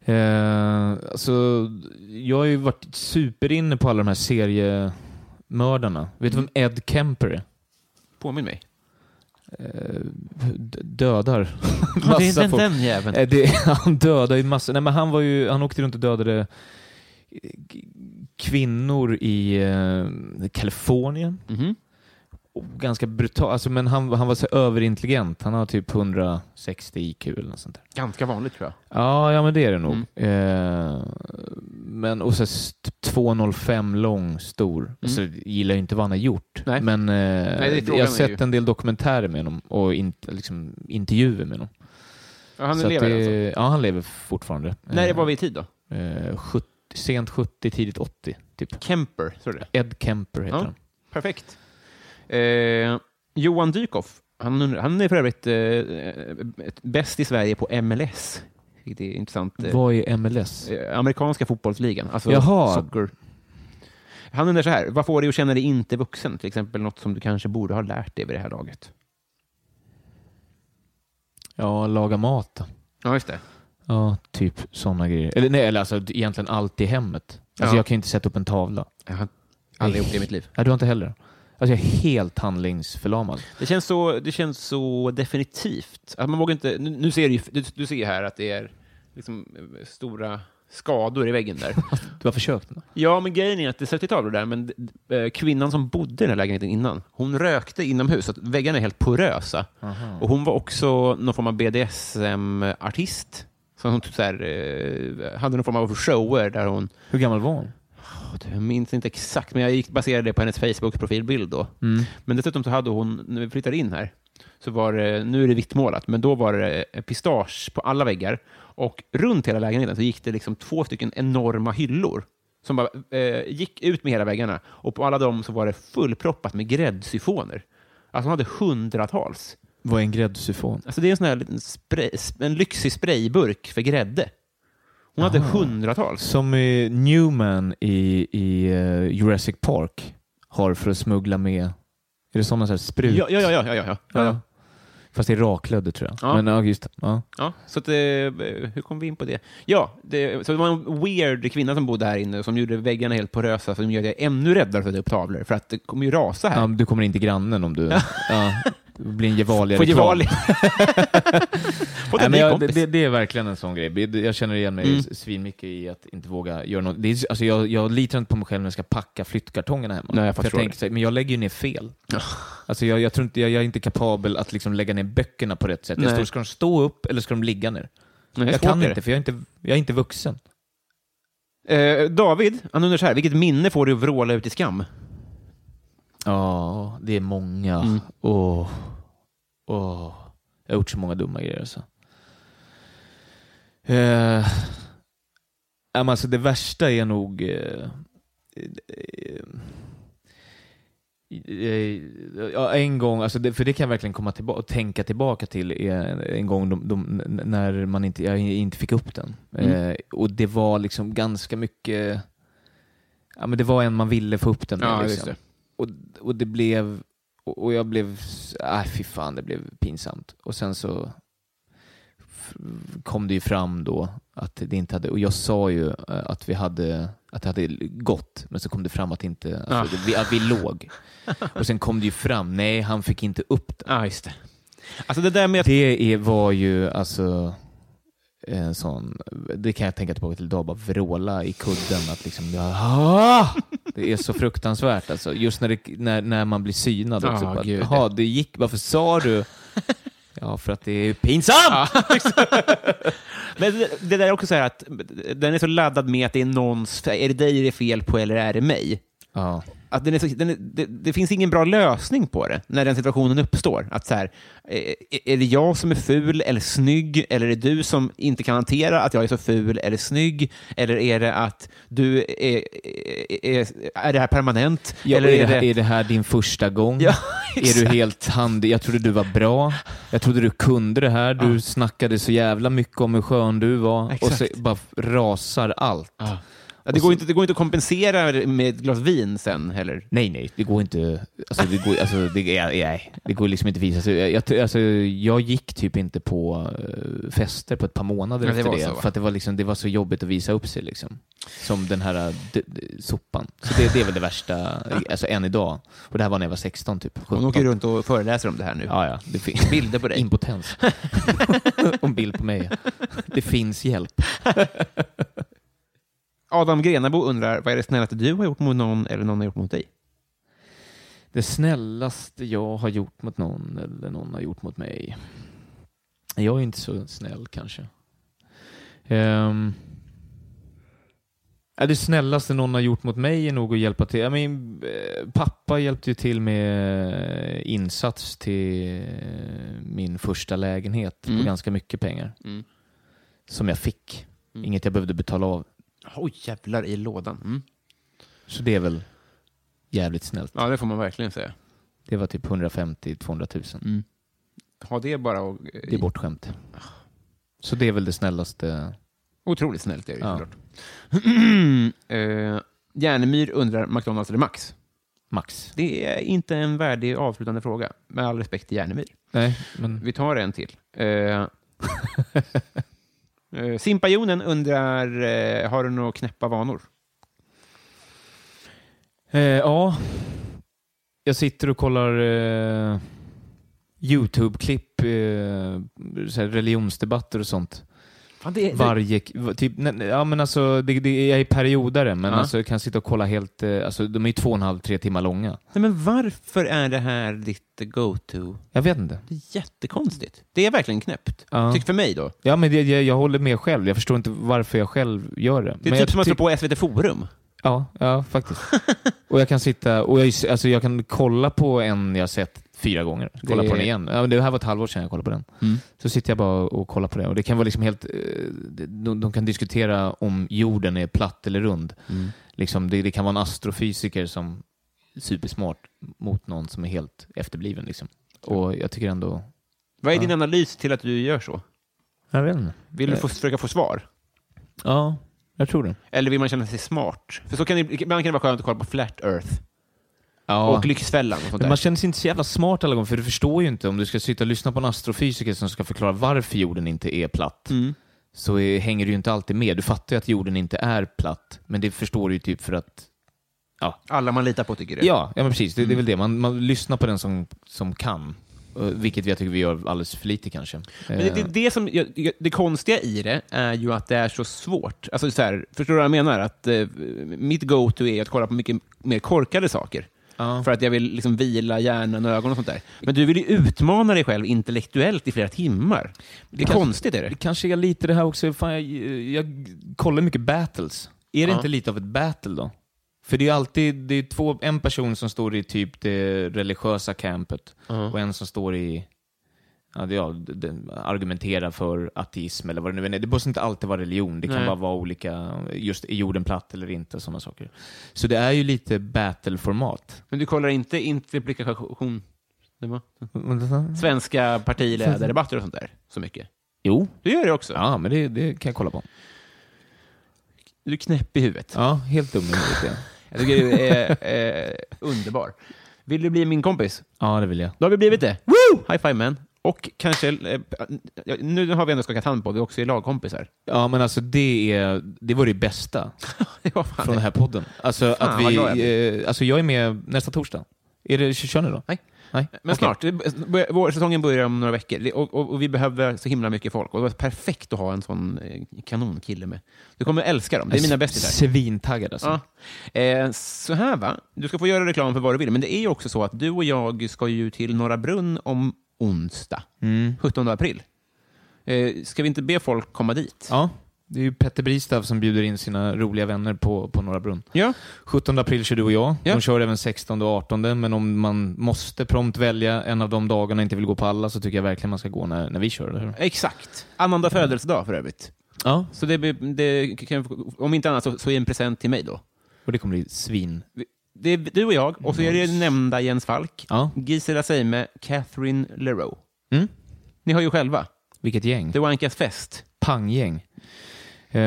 Eh, alltså, jag har ju varit superinne på alla de här seriemördarna. Vet du vem Ed Kemper är? Eh, Påminn mig. D- dödar massa folk. jäveln. Eh, det, <laughs> han dödar ju massor. Nej, men han, var ju, han åkte runt och dödade eh, k- kvinnor i eh, Kalifornien. Mhm. Och ganska brutal, alltså, men han, han var så överintelligent. Han har typ 160 IQ eller något sånt där. Ganska vanligt tror jag. Ja, ja men det är det nog. Mm. Eh, men, och så st- 2,05 lång, stor. Alltså, jag gillar ju inte vad han har gjort. Mm. Nej. Men eh, är frågan jag har är sett ju- en del dokumentärer med honom och in, liksom, intervjuer med honom. Ja, han Så att lever det, alltså. Ja, han lever fortfarande. Eh, När var vi i tid då? eh, 70, sent 70, tidigt 80, typ. Kemper, tror du det? Ed Kemper heter Ja. han. Perfekt. Eh, Johan Dykhoff, han, undrar- han är för övrigt eh, ett- bäst i Sverige på MLS. Det är intressant. Eh, Vad är MLS? eh, amerikanska fotbollsligan, alltså Jaha. soccer. Han undrar så här, vad får dig att känna dig inte vuxen? Till exempel något som du kanske borde ha lärt dig vid det här laget. Ja, laga mat då. Ja, just det. Ja, typ sådana grejer. Eller, nej, eller alltså egentligen allt i hemmet. Alltså Ja. jag kan ju inte sätta upp en tavla. Jag har aldrig gjort det i mitt liv. Ja, du har inte heller? Alltså jag är helt handlingsförlamad. Det känns så, det känns så definitivt. Att man vågar inte, nu, nu ser du, ju- du, du ser ju här att det är liksom eh, stora skador i väggen <laughs> där. Du har försökt? va? ja, men grejen är att det är 30 tavlor där, men d- d- eh, kvinnan som bodde i den här lägenheten innan, hon rökte inomhus, så att väggarna är helt porösa. Och hon var också någon form av BDSM-artist. Så hon typ så här, eh, hade någon form av shower där hon Hur gammal var hon? Gud, Jag minns inte exakt, men jag gick baserade det på hennes Facebook-profilbild då. Men dessutom så hade hon, när vi flyttade in här, så var det, nu är det vittmålat, men då var det eh, pistage på alla väggar. Och runt hela lägenheten så gick det liksom två stycken enorma hyllor som bara eh, gick ut med hela väggarna. Och på alla dem så var det fullproppat med gräddsyfoner. Alltså hon hade hundratals. Vad är en gräddsyfon? Alltså det är en sån här liten spray, en lyxig sprayburk för grädde. Hon hade hundratals. Som eh, Newman i, i eh, Jurassic Park har för att smuggla med. Är det sådana så här sprut? Ja, ja, ja, ja, ja, ja, ja. ja. Fast det är raklödder tror jag. Ja. Men ja, just det. Ja. Ja, så att, eh, hur kom vi in på det? Ja, det, så det var en weird kvinna som bodde här inne som gjorde väggarna helt porösa som gör det ännu räddare för att ta upp tavlor för att det kommer ju rasa här. Ja, men du kommer inte grannen om du... ja. Det blir en Gevalia Får <laughs> Gevalia. Fått Nej, en men ny jag, kompis. Mm. det, det är verkligen en sån grej. Det- Jag känner igen mig svinmycket i att inte våga göra något. Det är, alltså jag, jag litar inte på mig själv när jag ska packa flyttkartongerna hemma. Nej, jag För jag förstår tänker, så här, men jag lägger ju ner fel. Alltså jag, jag, tror inte, jag, jag är inte kapabel att liksom lägga ner böckerna på rätt sätt. Jag Nej. står, ska de stå upp eller ska de ligga ner? Nej, jag svårt kan är det. inte, för jag är inte, jag är inte vuxen. Eh, David, han undrar så här, vilket minne får du att vråla ut i skam? Ja, det är många. Mm. Åh, åh. Jag har gjort så många dumma grejer alltså. Eh, ja, men alltså det värsta är nog... eh, eh, eh, ja, en gång, alltså det, för det kan jag verkligen komma tillbaka och tänka tillbaka till eh, en gång de, de, n- när man inte, jag inte fick upp den. Mm. Eh, och det var liksom ganska mycket, ja men det var en man ville få upp den med, Ja, just liksom. det. och, och det blev, och och jag blev, nej fy fan det blev pinsamt. Och sen så f- kom det ju fram då att det inte hade, och jag sa ju eh, att vi hade, att det hade gått, men så kom det fram att inte, Ah. alltså, det, vi, att vi låg. Och sen kom det ju fram, nej han fick inte upp det. Ja, Ah, just det. Alltså det där med att... Det är, var ju alltså en sån, det kan jag tänka tillbaka till idag, bara vråla i kudden att liksom, ah! det är så fruktansvärt alltså. Just när, det, när, när man blir synad också. Ja, bara, Ah, gud. Jaha, det gick, varför sa du? Ja, för att det är Ah. pinsamt! Men det, det där är också så här att den är så laddad med att det är någons... Är det dig det är fel på eller är det mig? Ja. Att den är så, den är, det, det finns ingen bra lösning på det när den situationen uppstår. Att så här, eh, är det jag som är ful eller snygg? Eller är det du som inte kan hantera att jag är så ful eller snygg? Eller är det att du är... Är, är, är det här permanent? Ja, eller är, det, är det här din första gång? Ja, är du helt hand... Jag trodde du var bra. Jag trodde du kunde det här. Du snackade så jävla mycket om hur skön du var. Och Ah. så Exakt. Ah. bara rasar allt. Ja, det, Och går så- inte, det går inte att kompensera med ett glas vin sen heller. Nej, nej, det går inte. Alltså, det går, alltså, det, ja, nej, det går liksom inte att visa sig. Jag- Jag, alltså, jag gick typ inte på eh, fester på ett par månader Ja, det efter var det. så, va? för att det var, liksom, det var så jobbigt att visa upp sig. Liksom. Som den här eh, d- d- sopan. Så det, det är väl det värsta, alltså än idag. Och det här var när jag var 16, typ. 17. Hon åker runt och föreläser om det här nu. Ja, ja. <laughs> Det finns Bilder på dig. <laughs> impotens. Och en bild på mig. Det finns hjälp. Adam Grenabo undrar, vad är det snällaste du har gjort mot någon eller någon har gjort mot dig? Det snällaste jag har gjort mot någon eller någon har gjort mot mig. Jag är inte så snäll kanske. Ehm. Ja, det snällaste någon har gjort mot mig är nog att hjälpa till. Ja, min eh, pappa hjälpte ju till med eh, insats till eh, min första lägenhet Mm. på ganska mycket pengar. Mm. Som jag fick. Mm. Inget jag behövde betala av. Oj, oh, jävlar i lådan. Mm. Så det är väl jävligt snällt. Ja, det får man verkligen säga. Det var typ 150-200 000. Ha Mm. det bara och... eh, Det är bortskämt. Så det är väl det snällaste. Otroligt snällt är det ju Ja. såklart. <clears throat> Eh, Järnemyr undrar McDonalds eller Max? Max. Det är inte en värdig avslutande fråga, med all respekt till Järnemyr. Nej, men... Vi tar en till. Eh, <laughs> eh, Simpajonen undrar, eh, har du några knäppa vanor? Eh, ja. Jag sitter och kollar eh, YouTube-klipp, eh, så här religionsdebatter och sånt. Fan, det, Varje... va- Typ, nej, nej, ja, men alltså, det, det, jag är periodare, men Ja. alltså, jag kan sitta och kolla helt... Eh, alltså, de är ju två och en halv, tre timmar långa. Nej, men varför är det här ditt go-to? Jag vet inte. Det är jättekonstigt. Det är verkligen knäppt. Ja. Tyck för mig då. Ja, men det, jag, jag håller med själv. Jag förstår inte varför jag själv gör det. Det är men jag typ som att slå på tyck- SVT Forum. Ja, ja faktiskt. och jag kan sitta och jag, alltså, jag kan kolla på en jag sett fyra gånger. Kolla Det- på den igen. Ja, men det här var ett halvår sedan jag kollade på den. Mm. Så sitter jag bara och kollar på den. Och det kan vara liksom helt... eh, De, de kan diskutera om jorden är platt eller rund. Liksom, det, det kan vara en astrofysiker som är supersmart mot någon som är helt efterbliven. Liksom. Och jag tycker ändå... Vad är Ja. din analys till att du gör så? Jag vet inte. Vill du Eh. få, försöka få svar? Ja, jag tror det. Eller vill man känna sig smart? För så kan det, ibland kan det vara skönt att kolla på Flat Earth Ja. och Lyxfällan och sånt Men där. man känner sig inte så jävla smart alla gånger, för du förstår ju inte om du ska sitta och lyssna på en astrofysiker som ska förklara varför jorden inte är platt. Mm. Så är, hänger du ju inte alltid med. Du fattar ju att jorden inte är platt, men det förstår du ju typ för att... Alla man litar på tycker det. Ja, ja men precis. Det, Mm. det är väl det. Man, man lyssnar på den som, som kan. Eh, Vilket jag tycker vi gör alldeles för lite kanske. Men det, det, är det, som, jag- jag- det konstiga i det är ju att det är så svårt. Alltså så här, förstår du vad jag menar? Att, eh, mitt go-to är att kolla på mycket mer korkade saker. ja. För att jag vill liksom vila hjärnan och ögonen och sånt där. Men du vill ju utmana dig själv intellektuellt i flera timmar. Det är kanske- konstigt är det. Det kanske är lite det här också, fan, jag, jag kollar mycket battles. Är det Ja. inte lite av ett battle då? För det är ju alltid det är två, en person som står i typ det religiösa campet och en som står i ja, det- ja, d- d- argumentera för ateism eller vad det nu än är. Det måste inte alltid vara religion. Det kan Nej. bara vara olika, just är jorden platt eller inte, sådana saker. Så det är ju lite battle-format. Men du kollar inte interplikation? Svenska partiledardebatter och sånt där så mycket? Jo, Du gör det också? ja, men det, det kan jag kolla på. Du är knäpp i huvudet. Ja, helt dum i huvudet, ja. Jag tycker du är eh, underbar. Vill du bli min kompis? ja, det vill jag. Då har vi blivit det. Woo! High five man. Och kanske, eh, nu har vi ändå skakat hand på, vi också är lagkompisar. <laughs> Ja, men alltså det, är, det var det bästa Ja, fan. från den här podden. Alltså, Fan, att vad vi, glad jag eh, alltså jag är med nästa torsdag. Är det, kör ni då? Nej. Nej. Men Okej. snart. Det börjar- Vårsäsongen börjar om några veckor Det- och, och, och vi behöver så himla mycket folk. Och det var perfekt att ha en sån eh, kanonkille med. Du kommer älska dem. Det är mina bästisar. Svintaggad alltså. Ja. Eh, så här va, du ska få göra reklam för vad du vill, men det är ju också så att du och jag ska ju till Norra Brunn om onsdag, Mm. 17 april. Eh, ska vi inte be folk komma dit? Ja, det är ju Petter Bristav som bjuder in sina roliga vänner på, på Norra Brunn. Ja. 17 april kör du och jag. Ja. De kör även 16 och 18, men om man måste prompt välja en av de dagarna och inte vill gå på alla så tycker jag verkligen man ska gå när, när vi kör, eller hur? Exakt. Annandag födelsedag för övrigt. Ja, Så det, blir- det kan, om inte annat så, så är det en present till mig då. och det kommer bli svin. Det är du och jag, och så är det nämnda Jens Falk, Ja. Gisela Seime, Catherine Leroux. Mm. Ni har ju själva, Vilket gäng. The Wankas Fest. Panggäng. Eh,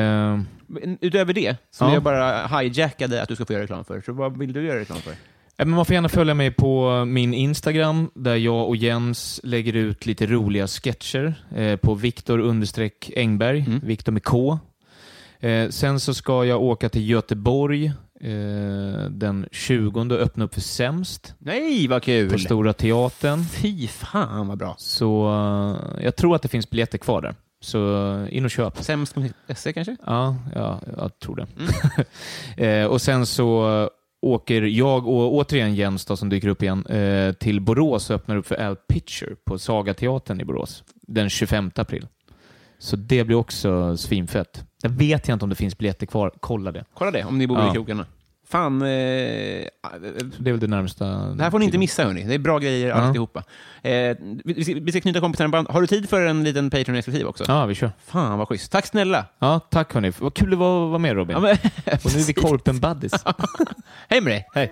Men Utöver det, som Ja. jag bara hijackade att du ska få göra reklam för, så vad vill du göra reklam för? Ja, Eh, Men man får gärna följa mig på min Instagram där jag och Jens lägger ut lite roliga sketcher eh, på Viktor understreck Engberg, Viktor med K. Eh, sen så ska jag åka till Göteborg eh, den 20 och öppna upp för Sämst Nej, vad kul! på Stora Teatern. Fy fan vad bra. Så eh, jag tror att det finns biljetter kvar där. Så eh, in och köp. Sämst.se E kanske? Ja, ja jag tror det. Mm. <laughs> eh, och sen så eh, åker jag och återigen Jens då, som dyker upp igen eh, till Borås och öppnar upp för Al Pitcher på Sagateatern i Borås den 25 april. Så det blir också svinfett. Jag vet jag inte om det finns biljetter kvar. Kolla det. Kolla det, om ni bor i Ja. krokarna. Fan, eh, eh, Så det är väl det närmsta. det här får ni inte missa hörni. Det är bra grejer alltihopa. Eh, vi, vi ska, vi ska knyta kompisarna band. Har du tid för en liten Patreon-exklusiv också? Ja, vi kör. Fan vad schysst. Tack snälla! Ja, tack hörni. Vad kul det var att vara med Robin. Ja, men, och nu är vi korpen buddies. <laughs> hej med dig! Hej.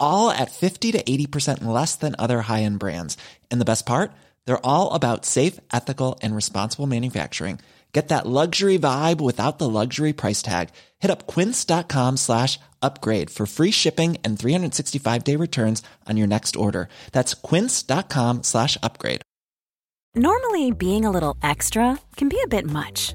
all at 50 to 80% less than other high end brands. And the best part? They're all about safe, ethical, and responsible manufacturing. Get that luxury vibe without the luxury price tag. Hit up quince.com slash upgrade for free shipping and 365-day returns on your next order. That's quince.com slash upgrade. Normally, being a little extra can be a bit much,